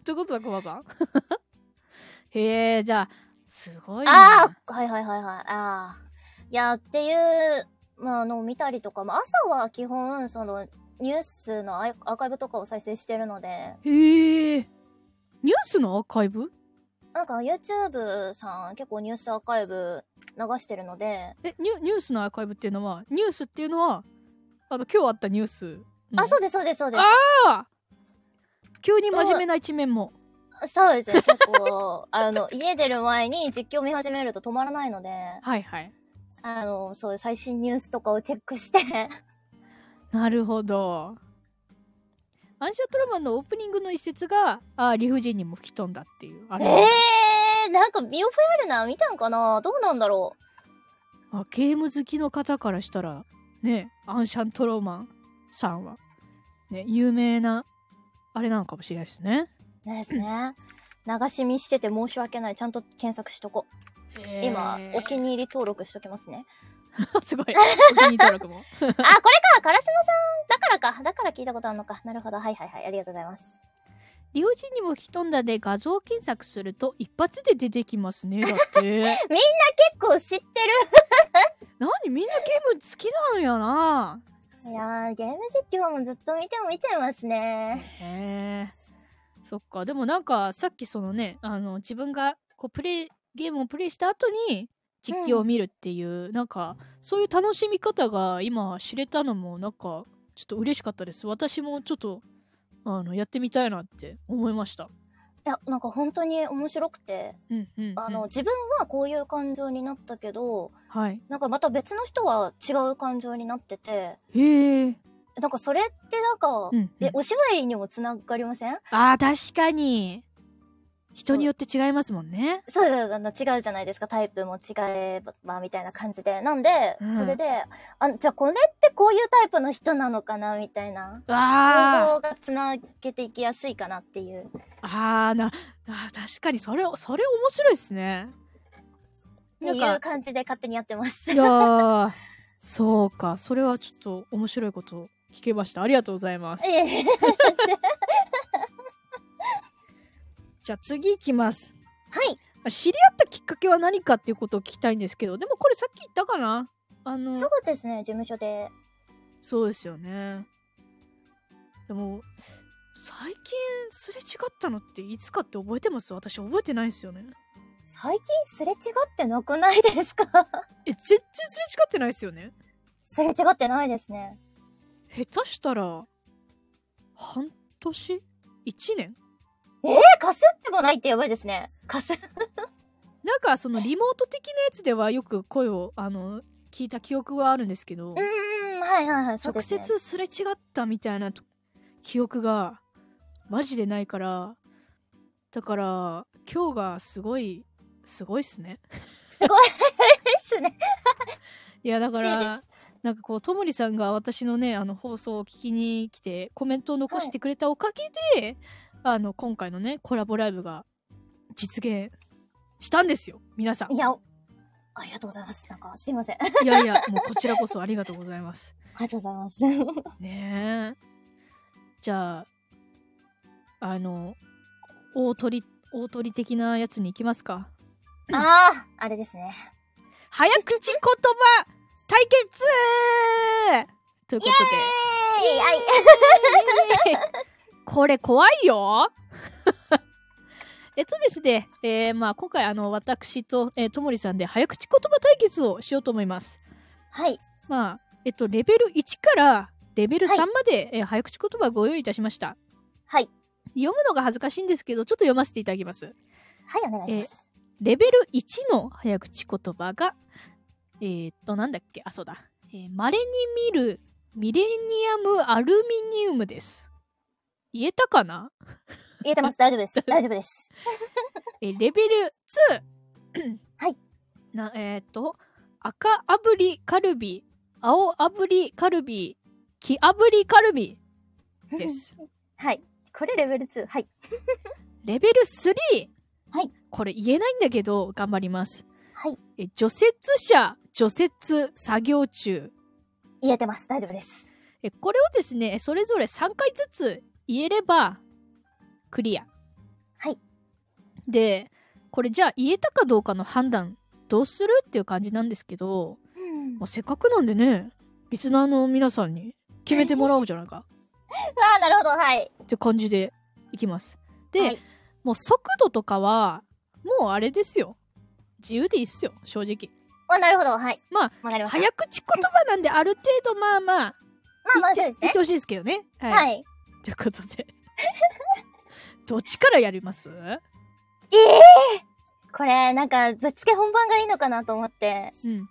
ういうことだ、クマさん へえ、じゃあ、すごいな。ああはいはいはいはい。ああ。いや、っていう、まあ、あの、見たりとか、まあ、朝は基本、その、ニュースのアイアーカイブとかを再生してるので、へえ。ニュースのアーカイブなんか YouTube さん結構ニュースアーカイブ流してるので、えニュ、ニュースのアーカイブっていうのは、ニュースっていうのは、あの、今日あったニュースの。あ、そうですそうですそうであ急に真面目な一面も。す。そうですね。結構、 あの、家出る前に実況見始めると止まらないので、はいはい。あの、そういう最新ニュースとかをチェックして、なるほど。アンシャトラマンのオープニングの一節が、あー理不尽にも吹き飛んだっていう。あえれ、えー、なんか見覚えあるな、見たんかなどうなんだろう。まあ、ゲーム好きの方からしたら、ね、アンシャントロマンさんは、ね、有名な、あれなのかもしれないですね。ないですね。流し見してて申し訳ない。ちゃんと検索しとこう。今、お気に入り登録しときますね。 すごい。お気に入り登録も。あ、これかカラスマさんだからかだから聞いたことあるのか。なるほど。はいはいはい。ありがとうございます。理不尽にも吹き飛んだで画像検索すると一発で出てきます ね。だって。結構知って何みんなゲーム好きなんやな。る。いやー、ゲーム実況もずっと見ても見てますね。へえ。そっか。でもなんかさっきそのね、あの自分がこうプレイ、ゲームをプレイした後に実況を見るっていう、なんかそういう楽しみ方が今知れたのもなんかちょっと嬉しかったです。私もちょっとあのやってみたいなって思いました。いや、なんか本当に面白くて。うんうん、うん。あの、自分はこういう感情になったけど、はい。なんかまた別の人は違う感情になってて、へえ。なんかそれってなんか、うんうんえ、お芝居にもつながりませんあー確かに人によって違いますもんねそうそうそうあの違うじゃないですか。タイプも違えば、みたいな感じで。なんで、うんそれで、あ、じゃあこれってこういうタイプの人なのかな、みたいな。想あ像がつなげていきやすいかなっていう。あーなあー確かにそれそれ面白いですねっていなうん感じで勝手にやってます。いやーそうかそれはちょっと面白いこと聞 けましたありがとうございますええちじゃあ次いきます。はい。知り合ったきっかけは何かっていうことを聞きたいんですけど、でもこれさっき言ったかなあの、そうですね、事務所で。そうですよね。でも、最近すれ違ったのっていつかって覚えてます私覚えてないですよね。最近すれ違ってなくないですか え、全然すれ違ってないですよね。すれ違ってないですね。下手したら、半年 ?1 年えー、かすってもないってやばいですね。かす。なんかそのリモート的なやつではよく声を、あの、聞いた記憶はあるんですけど、うん、はいはいはい、そうで直す、ね。接すれ違ったみたいなと記憶がマジでないからだから今日がすごいすごいっすねすごいですね。 いやだか嬉しいらなんかこうともりさんが私のねあの放送を聞きに来てコメントを残してくれたおかげで、あの今回のねコラボライブが実現したんですよ皆さんいや、ありがとうございます。なんか、すいません。あ いやいやもうこちらこそありがとうございますりがとうござい ます。はねえじゃああの大鳥大鳥的なやつに行きますかああ、あれですね。早口言葉対決ということえい、はい。でこれ怖いよ えっとですね、えーまあ、今回あの私と、えーともりさんで早口言葉対決をしようと思いますはい。まあ、えっと、レベル1からレベル3はいまで、えー早口言葉をご用意いたしました。はい。読むのが恥ずかしいんですけど、ちょっと読ませていただきます。はい、お願いします。レベル1の早口言葉が、えーっと、なんだっけ、あ、そうだ。えー稀に見るミレニアムアルミニウムです。言えたかな言えてます。大丈夫 です。大丈夫です。えーレベル 2! はい。な、えーっと、赤炙りカルビ、青炙りカルビ、黄炙りカルビです。はい。これレベル2。はい。レベル 3! はい。これ言えないんだけど、頑張ります。はい。え、除雪車、除雪、作業中。言えてます。大丈夫です。え、これをですね、それぞれ3回ずつ言えれば、クリア。はい。で、これじゃあ言えたかどうかの判断、どうするっていう感じなんですけど、うん まあ、せっかくなんでね、リスナーの皆さんに決めてもらおうじゃないか。ああ、なるほど。はい。って感じでいきます。で、はいもう速度とかは、もうあれですよ。自由でいいっすよ、正直。あ、なるほど。はい。まあ、わかりました。早口言葉なんである程度まあまあ、まあまあ、そうです言っねて。ほしいですけどね。はい。はい。ということで。 どっちからやりますええこれ、なんか、ぶっつけ本番がいいのかなと思って、うん。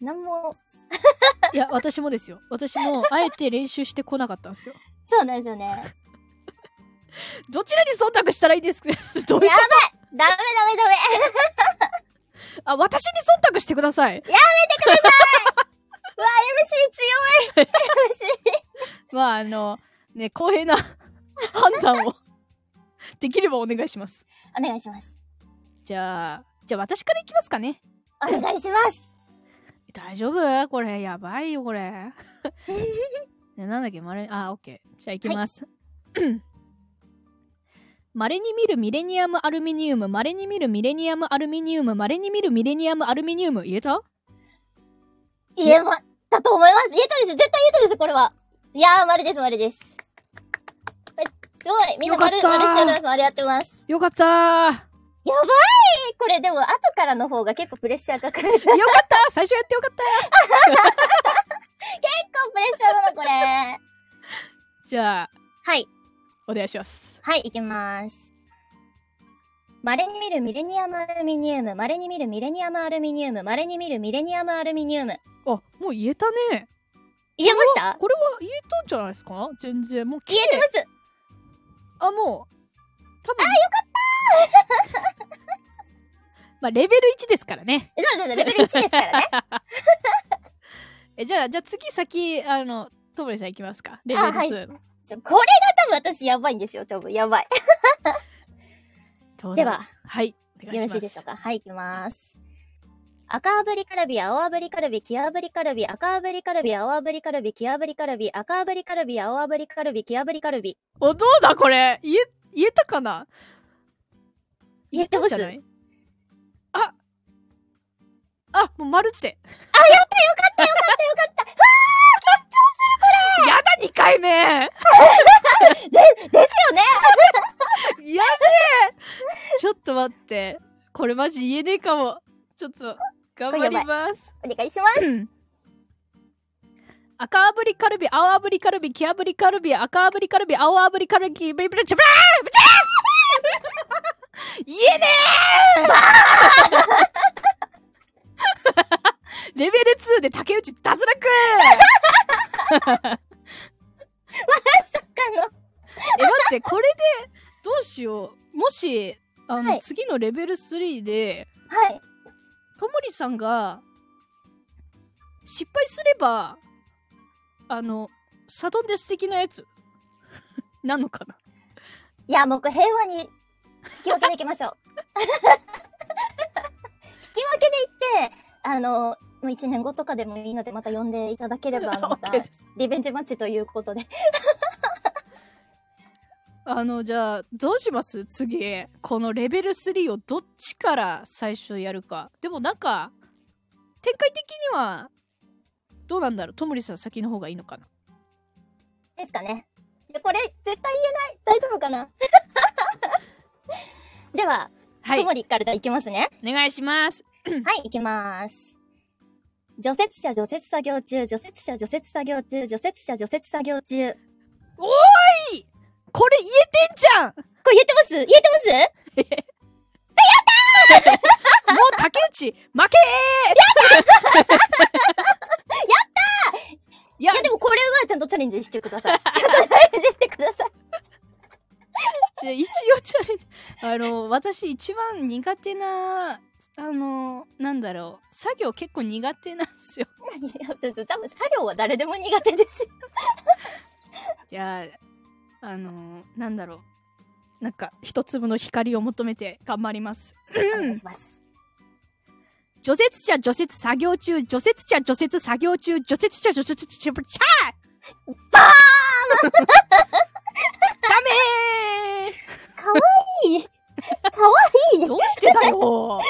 なんも、いや、私もですよ。私も、あえて練習してこなかったんですよ。そうなんですよね。 どちらに忖度したらいいです かどういうやダメダメダメ あ、私に忖度してください。うわ、MC 強い !MC! まあ、あの、ね、公平な 判断をできればお願いします。お願いします。じゃあ、じゃあ私からいきますかね。お願いします大丈夫これ、やばいよ、これ。 ね、なんだっけ、まれ、あ、オッケー。じゃあ、いきます。 稀に見るミレニアムアルミニウム、稀に見るミレニアムアルミニウム、稀に見るミレニアムアルミニウム、言えた言えま、だと思います言えたでしょ絶対言えたでしょこれはいやー、丸です、丸です。はいすごいみんな丸、よかっ丸たーしてます。丸やってます。よかったーよかやばいこれでも、後からの方が結構プレッシャーかかる。 結構プレッシった最初やってよかったャーだな、これ。はじゃあ、い。お願いします。はい、いきます。稀に見るミレニアムアルミニウム、稀に見るミレニアムアルミニウム、稀に見るミレニアムアルミニウム。あ、もう言えたね。言えましたこれは言えたんじゃないですか全然。もう綺言麗えてますあ、もう、多分あ、よかった まあ、レベル1ですからね。そうそうそう、レベル1ですから ね。え、じゃあ、じゃあ次先、あの、ともりさん行きますか。レベル2。あはいそうこれが多分私やばいんですよ、多分。やばい。どうだでろうは、はい。お願いしよます。ろしいでしょうか。はい、いきます。赤炙りカルビ、青炙りカルビ、黄炙りカルビ、赤炙りカルビ、青炙りカルビ、黄炙りカルビ、赤炙りカルビ、青炙りカルビ、黄炙りカルビ。お、どうだこれ言え、言えたかな言ってますじゃないああ、もう丸って。あ、やったよかったよかったよかったやだ、2回目 ですよね やべえちょっと待って。これマジ言えねえかも。ちょっと、頑張ります。お願いします。赤炙りカルビ、青炙りカルビ、黄炙りカルビ、赤炙りカルビ、青炙りカルビ、ビブリブリチブラーブチャー言えねえレベル2で竹内脱落あの、え、待って、これで、どうしよう。もし、あの、はい次のレベル3で、はい。ともりさんが失敗すればあのサドンデス的なや つなのかないや、もう平和に引き分けでいき ましょう。引き分けでいって、あの、もう1年後とかでもいいので、また呼んでいただけ れば、また OK ですリベンジマッチということで。あのじゃあどうします次このレベル3をどっちから最初やるかでもなんか展開的にはどうなんだろうともりさん先の方がいいのかなですかね。いやこれ、絶対言えない。大丈夫かな では、はといもりからいきますね。お願いしますはい、いきます。除雪車除雪作業中、除雪車除雪作業中、除雪車除雪作業中。これ言えてんじゃんもうこれ言えてます言えてます竹内負けーやったーやったーいいやや、でもこれはちゃんとチャレンジしてくだ さい。ちゃんとチャレンジしてください。じゃあ一応チャレンジ あの私一番苦手なあのなんだろう作業結構苦手なんですよ何いや、ちょっと多分作業は誰でも苦手です。いやあのなんだろうなんか一粒の光を求めて頑張りますお願いします。除雪車除雪作業中除雪車除雪作業中除雪車除雪車チャー ダメかわいい。かわいいー。 どうしてだろう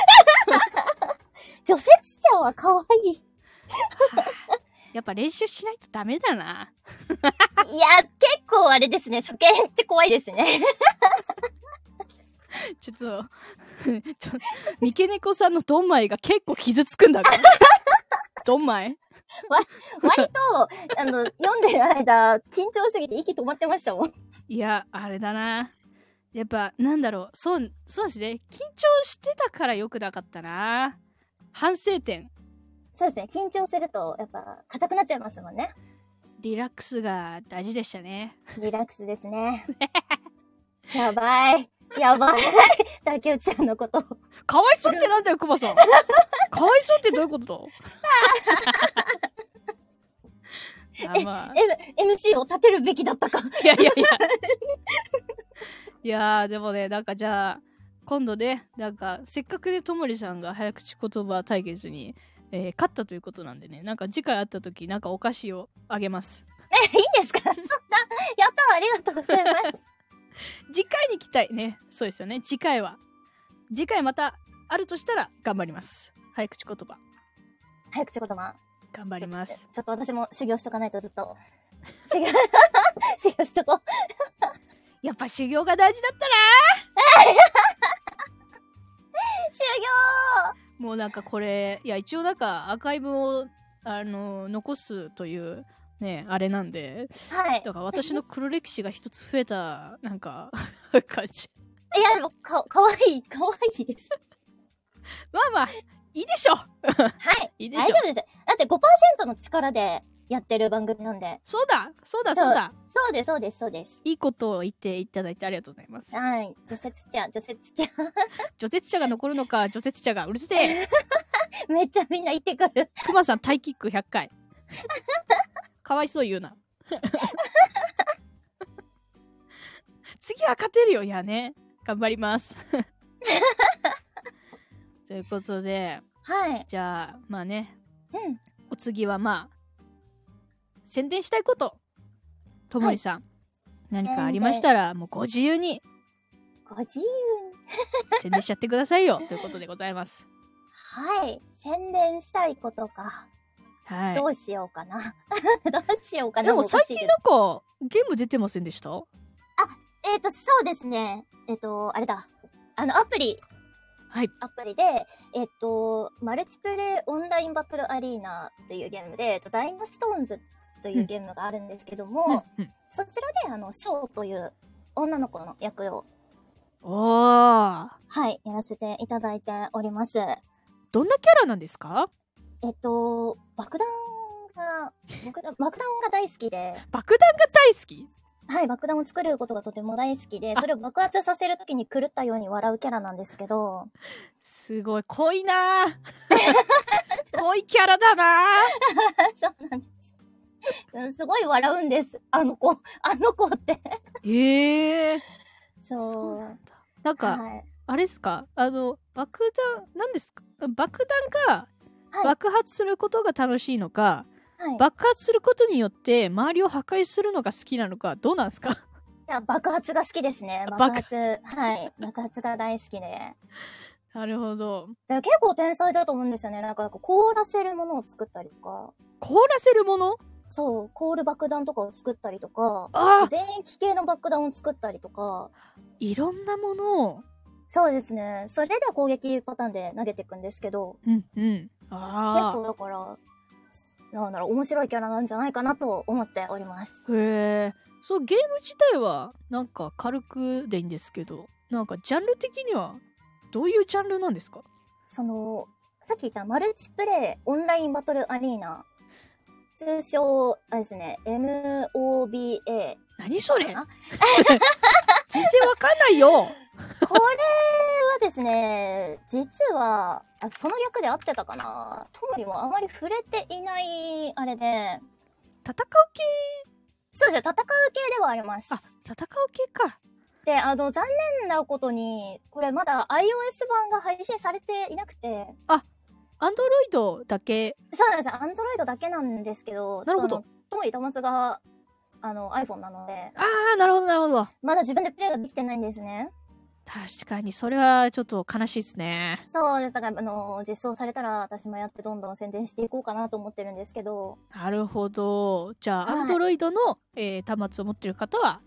除雪車はかわいい。やっぱ練習しないとダメだないや、結構あれですね。初見って怖いです ね。ちょっと、 ちょ、三毛猫さんのドンマイが結構傷つくんだから。ドンマイ割と、あの、読んでる間、緊張すぎて息止まってましたもん。いや、あれだな。やっぱ、なんだろう。そう、そうですね。緊張してたから良くなかったな。反省点。そうですね。緊張すると、やっぱ、硬くなっちゃいますもんね。リラックスが大事でしたね。リラックスです ね。やばい。やばい。竹内さんのことを。かわいそうってなんだよ、クマさん。かわいそうってどういうことだあまあ M、MC を立てるべきだったか。いやいやいや。いやー、でもね、なんかじゃあ、今度ね、なんか、せっかくね、ともりさんが早口言葉対決に、えー勝ったということなんでね、なんか次回会った時、なんかお菓子をあげます。え、いいんですかそんな、やったありがとうございます。次回に期待ね、そうですよね、次回は。次回またあるとしたら、頑張ります。早口言葉、早口言葉。頑張ります。ちょっと私も修行しとかないとずっと。修行、 修行しとこう。やっぱ修行が大事だったな修もうなんかこれいや一応なんかアーカイブをあの残すというねあれなんで行はい。だから私の黒歴史が一つ増えたなんか感じいや、でも、か、かわいい、かわいいです。まあまあいいでしょうはい。 いいでしょ大丈夫です。だって5%の力でやってる番組なんで。そうだそうだそうだそうです、そうです、そうです。いいことを言っていただいてありがとうございますはい。除雪車、除雪車。除雪車が残るのか除雪車がうるせえめっちゃみん な行ってくる。クマさんタイキック100回かわいそう言うな次は勝てるよいやね頑張ります ということではい。じゃあまあねうん。お次はまあ宣伝したいことともりさん、何かありましたらもうご自由にご自由に。宣伝しちゃってください よということでございます。はい。宣伝したいことか。はい。どうしようかな。 どうしようかな。でもおか最しいけ近どなんかゲーム出てませんでしたえっ、と、そうですね。えっ、と、あれだ。あの、アプリ。はい。アプリで、えっ、と、マルチプレイオンラインバトルアリーナというゲームで、えっと、ダイナストーンズというゲームがあるんですけども、うんうんそちらで、あの、ショーという女の子の役を、おーはい、やらせていただいております。どんなキャラなんですかえっと、爆弾が、爆弾爆弾が大好きで、爆弾が大好きはい、爆弾を作ることがとても大好きで、それを爆発させるときに狂ったように笑うキャラなんですけど、すごい濃いなー 濃いキャラだなーそうなんです。うんすごい笑うんです。あの子、あの子って。ええー、そう。そうなんだなんか、はい。あれですかあの爆弾何ですか爆弾はがい爆発することが楽しいのか、はい。爆発することによって周りを破壊するのが好きなのかどうなんですかいや爆発が好きですね。あ爆発。はい。爆発が大好きで。 なるほどだから結構天才だと思うんですよね。なんか、凍らせるものを作ったりとか、凍らせるものそう、凍る爆弾とかを作ったりとか、あー電気系の爆弾を作ったりとか、いろんなものをそうですね。それで攻撃パターンで投げていくんですけど、うんうん結あ構だから、なんだろう、面白いキャラなんじゃないかなと思っております。あへえそうゲーム自体はなんか軽くでいいんですけどなんかジャンル的にはどういうジャンルなんですかその、さっき言ったマルチプレイオンラインバトルアリーナ。通称、あれですね、MOBA。何それ全あ然わかんない よこれはですね、実は、あその略で合ってたかなともりもあまり触れていない、あれで、戦う系そうですね、戦う系ではあります。あ戦う系かで、あの、残念なことに、これまだ iOS 版が配信されていなくて、アンドロイドだけそうなんですよ、Android だけなんですけど、なるほどちょっとあの。ともりたまつが、あの、iPhone なので、ああなるほどなるほどまだ自分でプレイができてないんですね。確かにそれはちょっと悲しいですねそうです。だから、あの、実装されたら私もやってどんどん宣伝していこうかなと思ってるんですけど、なるほどじゃあ、はい Android の、えー端末を持ってる方は、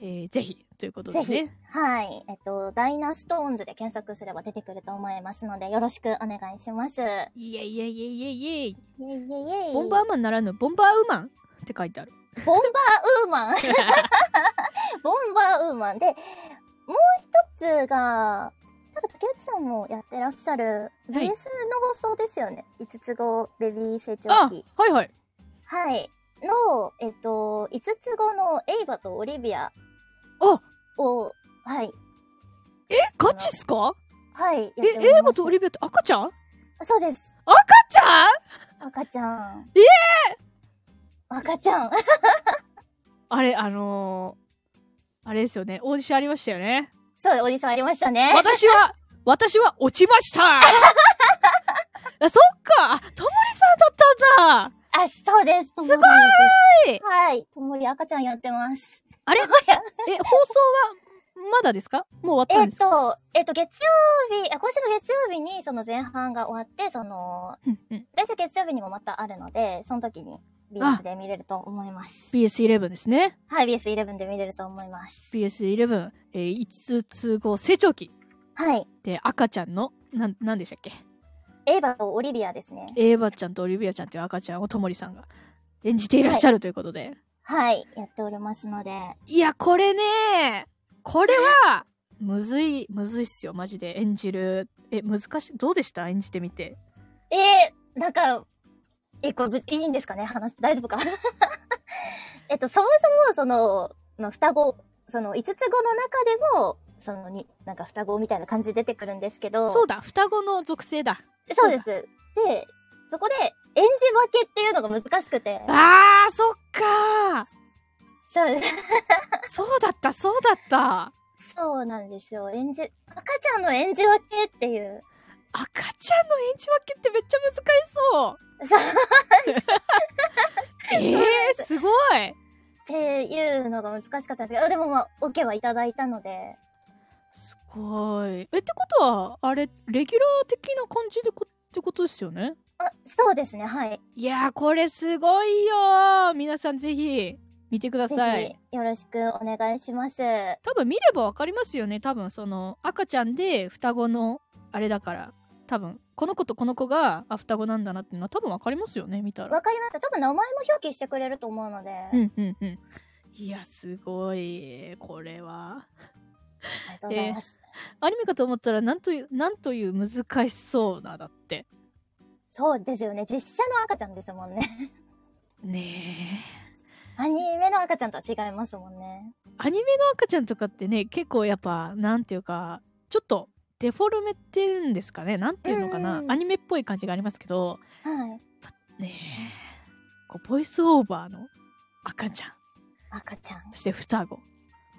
えーぜひということですねはい。えっと、ダイナストーンズで検索すれば出てくると思いますので、よろしくお願いします。イェいえいえいえいえいえいイイェイイェイ。ボンバーマンならぬボンバーウーマンって書い てあるボンバーウーマン ボンバーウーマンで、もう一つが、多分竹内さんもやってらっしゃる、はいベースの放送ですよね。5つ子ベビー成長あ期。はいはいはい。の、えっと、5つ子のエイバとオリビアあを、はい。えガチっすかはい。やってえおりますエーマとオリビアって赤ちゃん赤そうです。ちゃん赤ちゃん。え赤ちゃん。 あれあのーあれですよねオーディションありましたよねそう、オーディションありましたね。私は、私は落ちました あそっかあ、ともりさんだったんだあ、そうです。すごいいはい。ともり赤ちゃんやってます。あれともりえ、放送は、まだですかもう終わった えんっですか、と、えっと、月曜日、あ今週の月曜日にその前半が終わって、その、うんうん、来週月曜日にもまたあるので、その時に BS で見れると思います。 BS11 ですね。はい、BS11 で見れると思います。 BS11、えー、5つ号成長期はい。で赤ちゃんの、なん、なんでしたっけエイバとオリビアですね。エーバちゃんとオリビアちゃんという赤ちゃんをともりさんが演じていらっしゃるということで。はい、やっておりますので。い、や、これねこれは、むずい、むずいっすよ、マジで。演じる。え、難しい。どうでした演じてみて。えー、なんか、え、これぶ、いいんですかね話して大丈夫か えっと、そもそも、その、まあ、双子、その、5つ子の中でも、そのに、なんか双子みたいな感じで出てくるんですけど、そうだ、双子の属性だ。そうです。で、そこで、演じ分けっていうのが難しくて。あー、そっかそうです。ー。そうだった、そうだった。そうなんです よ。演じ、赤ちゃんの演じ分けっていう。赤ちゃんの演じ分けってめっちゃ難しそう。そう。 えー、すごいっていうのが難しかったんですけど、でもまあ、オ、ケはいただいたので、すごい。え、ってことは、あれ、レギュラー的な感じでこってことですよねあ、そうですね、はい。いやー、これすごいよー皆さんぜひ、見てくだぜさい。ひ、よろしくお願いします。多分見ればわかりますよね多分その赤ちゃんで双子のあれだから多分この子とこの子があ双子なんだなっていうのは多分わかりますよね見たらわかりました。多分名前も表記してくれると思うので、うあんうんうんいやすごいこれはりがとうございます。アニメかと思ったらなんというなんという難しそうなだってそうですよね。実写の赤ちゃんですもんね。 ねアニメの赤ちゃんとは違いますもんね。えアニメの赤ちゃんとかってね結構やっぱなんていうかちょっとデフォルメっていうんですかねなんていうのかなうんアニメっぽい感じがありますけどはい。ねえこうボイスオーバーの赤ちゃん赤ちゃん。そして双子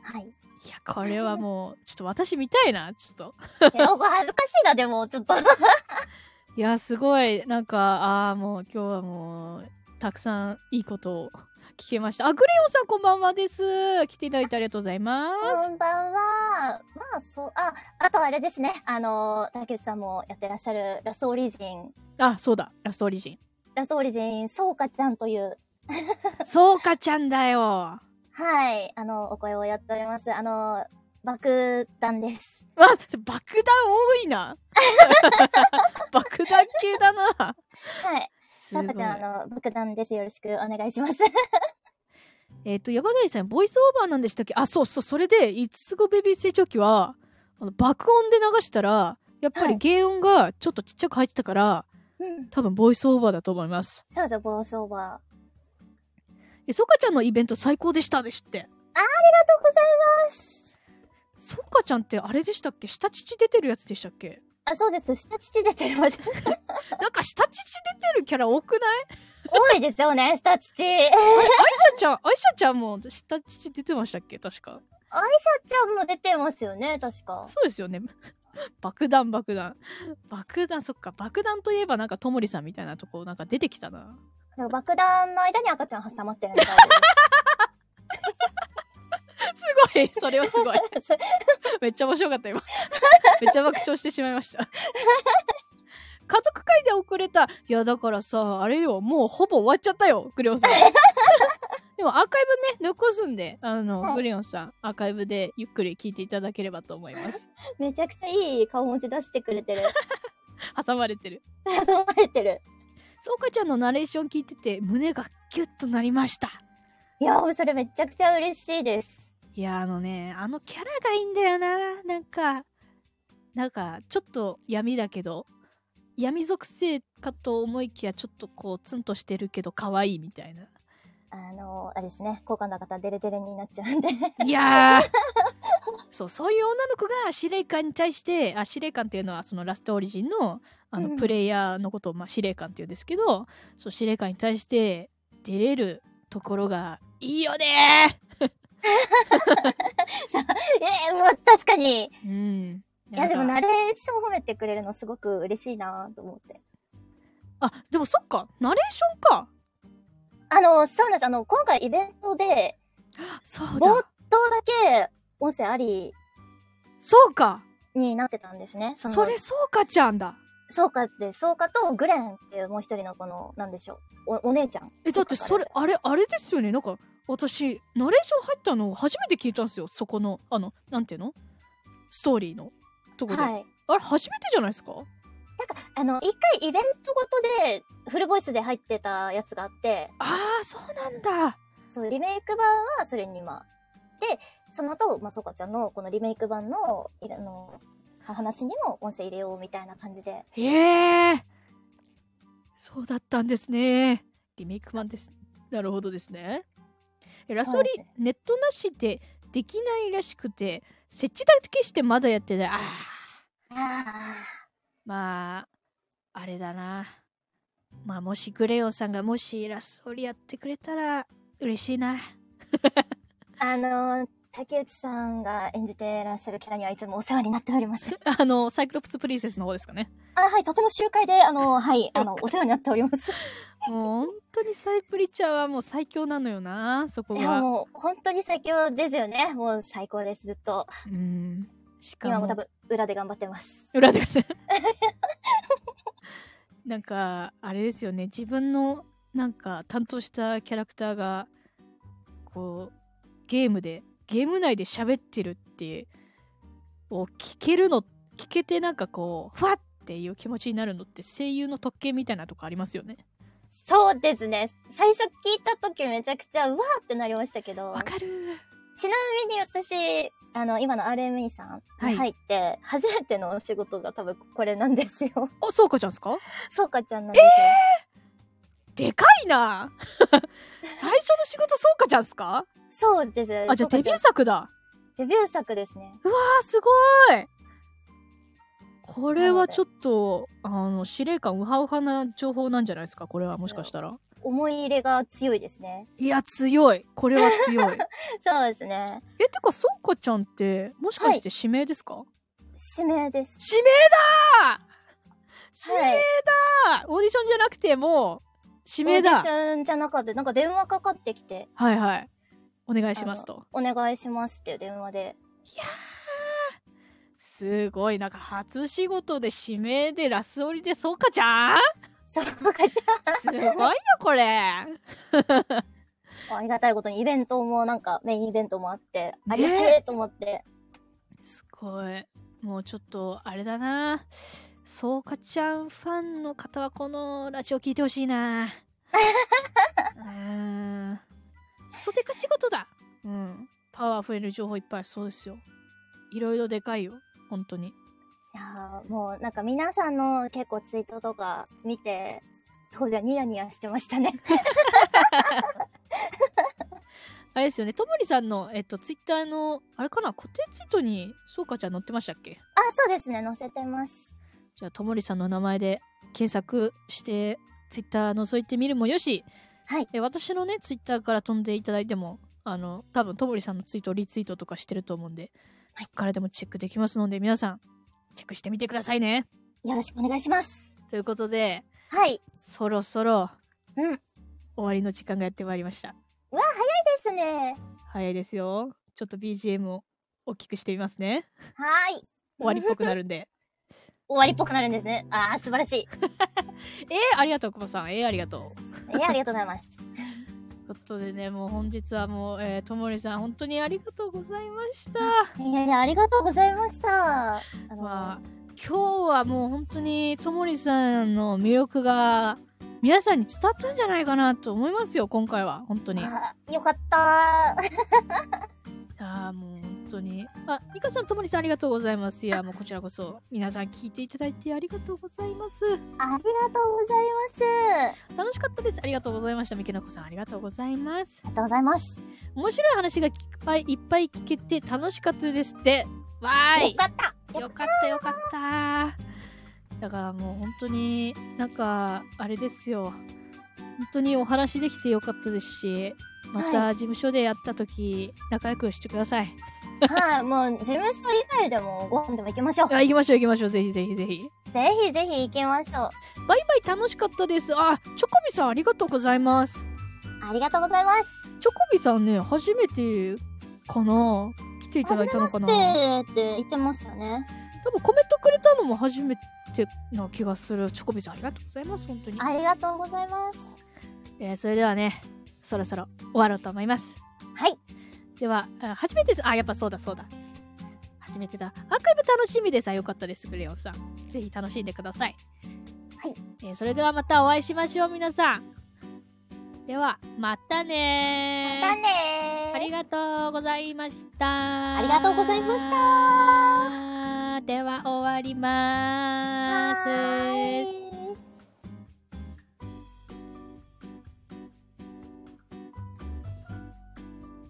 はいい。やこれはもうちょっと私見たいなちょっとい や、これ恥ずかしいな、でも、ちょっと。いやすごいなんかあーもう今日はもうたくさんいいことを聞けましたあグレヨンさんこんばんはです来ていただいてありがとうございますこんばんは。まあ、そう、あ、あとあれですね。あの、竹内さんもやってらっしゃる、ラストオリジン、あそうだラストオリジンラストオリジン、そうかちゃんという、そうかちゃんだよはい、あの、お声をやっております。あの、爆弾です。わ爆弾多いな 爆弾系だなはい。すそごいうかちゃん、あの、爆弾です。よろしくお願いします。えっ、と、山谷さん、ボイスオーバーなんでしたっけあ、そうそう、それで、五つ子ベビー成長期は、あの爆音で流したら、やっぱはりい原音がちょっとちっちゃく入ってたから、うん。多分ボイスオーバーだと思います。そうそう、ボースオーバー。あえ、ソカちゃんのイベント最高でしたでしって。りがとうございます。ソカちゃんってあれでしたっけ下乳出てるやつでしたっけあ、そうです。下乳出てます。なんか下乳出てるキャラ多くない多いですよね、下乳。アイシャちゃん、アイシャちゃんも下乳出てましたっけ確か。アイシャちゃんも出てますよね、確か。そうですよね。 爆弾爆弾。爆弾、そっか。爆弾といえばなんかともりさんみたいなとこなんか出てきたな。なんか爆弾の間に赤ちゃん挟まってるみたいすごいそれはすごいめっちゃ面白かった 今めっちゃ爆笑してしまいました家族会で遅れたいやだからさあれよもうほぼ終わっちゃったよクレヨン さんでもアーカイブね残すんであの、はいクレヨンさんアーカイブでゆっくり聞いていただければと思いますで。めちゃくちゃいい顔持ち出してくれてる。挟まれてる挟まれてる。そうかちゃんのナレーション聞いてて胸がギュッとなりましたいや、それめちゃくちゃ嬉しいです。いやあのねあのキャラがいいんだよななんかなんかちょっと闇だけど闇属性かと思いきやちょっとこうツンとしてるけど可愛いみたいなあの、あれですね、好感度方デレデレになっちゃうんで。 いやー そうそういう女の子が司令官に対してあ司令官っていうのはそのラストオリジンのあうのんプレイヤーのことを、まあ、司令官っていうんですけどそう司令官に対して出れるところがいいよねえー、もう確かに。いーうんや、でもなナんかレーション褒めてくれるのすごく嬉しいなと思って。あでもそっかナレーションかあの、そうなんです。あの、今回イベントで、そう冒頭だだけ音声ありそうかになってたんですね。そのれそうかちゃんだそうかって、そうかとグレンっていうもう一人のこの、なんでしょう、おお姉ちゃん。えだってそれそうあれあれですよねなんか私ナレーション入ったの初めて聞いたんですよそこのあのなんていうのストーリーのとこかで、はい。あれ初めてじゃないですかあの、一回イベントごとで、フルボイスで入ってたやつがあって、ああそうなんだそう、リメイク版はそれにまあ。で、その後、まあ、そうかちゃんのこのリメイク版の、いろあの、話にも音声入れようみたいな感じで。へえそうだったんですねリメイク版ですなるほどですねえラストリ、そうですねネットなしでできないらしくて設置だけしてまだやってないあああまああれだなまあもしグレヨンさんがもしラスオリやってくれたら嬉しいなあ。あの、竹内さんが演じてらっしゃるキャラにはいつもお世話になってお ります。 あのサイクロプスプリンセスの方ですかねあ、はい、とても集会で、あの、はい、あの、お世話になっております。もう本当にサイプリちゃんはもう最強なのよなそこいや、がもう、本当に最強ですよね。もう最高です、ずっと。うんしかも今も多分裏で頑張ってます。裏でなんかあれですよね自分のなんか担当したキャラクターがこうゲームでゲーム内で喋ってるってを聞けるの聞けてなんかこうふわっていう気持ちになるのって声優の特権みたいなとこありますよねそうですね。最初聞いた時めちゃくちゃうわーってなりましたけどわ、かるちなみに私、あの、今の RME さんはいに入って、初めてのお仕事が多分これなんで すよ。あそうかちゃんですかそうかちゃんなんですよ。でかいな 最初の仕事そうかちゃんですかそうです。あじゃあデビュー作だデビュー作ですね。あすごいこれはちょっとあの司令官ウハウハな情報なんじゃないですかこれはもしかしたら思い入れが強いですね。いや強いこれは強いそうですね。 えてかそうかちゃんってもしかして指名ですか、指名です。指名だ指名はいだ、オーディションじゃなくてもう指名オーだディションじゃなかった。なんか電話かかってきて、はいはいお願いしますとお願いしますっていう電話で。すごいなんか初仕事で指名でラスオリでそうかちゃんそうかち すごいよこれゃん。ありがたいことにイベントもなんかメインイベントもあって、ありがねたいと思って。すごい。もうちょっと、あれだな。そうかちゃんファンの方はこのラジオ聞いてほしい な。うーん。ソテカ仕事だうん。パワー増える情報いっぱいそうですよ。いろいろでかいよ。本当に。いやーもうなんか皆さんの結構ツイートとか見て、当時はニヤニヤしてましたね。 あれですよね。ともりさんの、えっと、ツイッターの、あれかな固定ツイートに、そうかちゃん載ってましたっけあ、そうですね、載せてます。じゃあ、ともりさんの名前で検索して、ツイッター覗いてみるもよし、はいえ私のね、ツイッターから飛んでいただいても、あの、多分ともりさんのツイートをリツイートとかしてると思うんで、そっからでもチェックできますので、皆さん、チェックしてみてくださいね。よろしくお願いします。ということで、はい。そろそろうん。で終わりの時間がやってまいりました。すね。早いですよ。ちょっと BGM を大きくしてみますね。はーい。終わりっぽくなるん で。終わりっぽくなるんですね。あー、素晴らしい。えー、ありがとう、くまさん。えー、ありがとう。いや、ありがとうございます。ということでね、もう本日はもう、えーともりさん、本当にありがとうございました。いやいや、ありがとうございました。あのまあ、今日はもう本当にともりさんの魅力が皆さんに伝わったんじゃないかなと思いますよ、今回は。本当に。あーよかった ー。ああ、もう本当に。あ、いかさん、ともりさんありがとうございます。いや、もうこちらこそ、皆さん聞いていただいてありがとうございます。ありがとうございます。楽しかったです。ありがとうございました。みけなこさん、ありがとうございますあ。りがとうございます。面白い話がいっぱいいっぱい聞けて楽しかったですって。わーいよ。かった。よかったよかっただからもう本当になんかあれですよ本当にお話できてよかったですしまた事務所でやった時仲良くしてください、はい、もう事務所以外でもご飯でも行きましょう。あぜ行きましょう行きましょうぜひぜひぜひひぜひ行きましょう。バイバイ楽しかったですあチョコビさんありがとうございますありがとうございます。チョコビさんね初めてかな来ていただいたのかなはじめましてって言ってましたよね。多分コメントくれたのも初めてな気がするチョコビさんありがとうございます本当にありがとうございます。えーそれではねそろそろ終わろうと思いますはい。ではあ初めてですあやっぱそうだそうだ初めてだアーカイブ楽しみですあよかったですクレヨンさんぜひ楽しんでくださいはい、えーそれではまたお会いしましょう皆さんではまたねーだねー。ありがとうございましたありがとうございましたでは終わりまーすはーい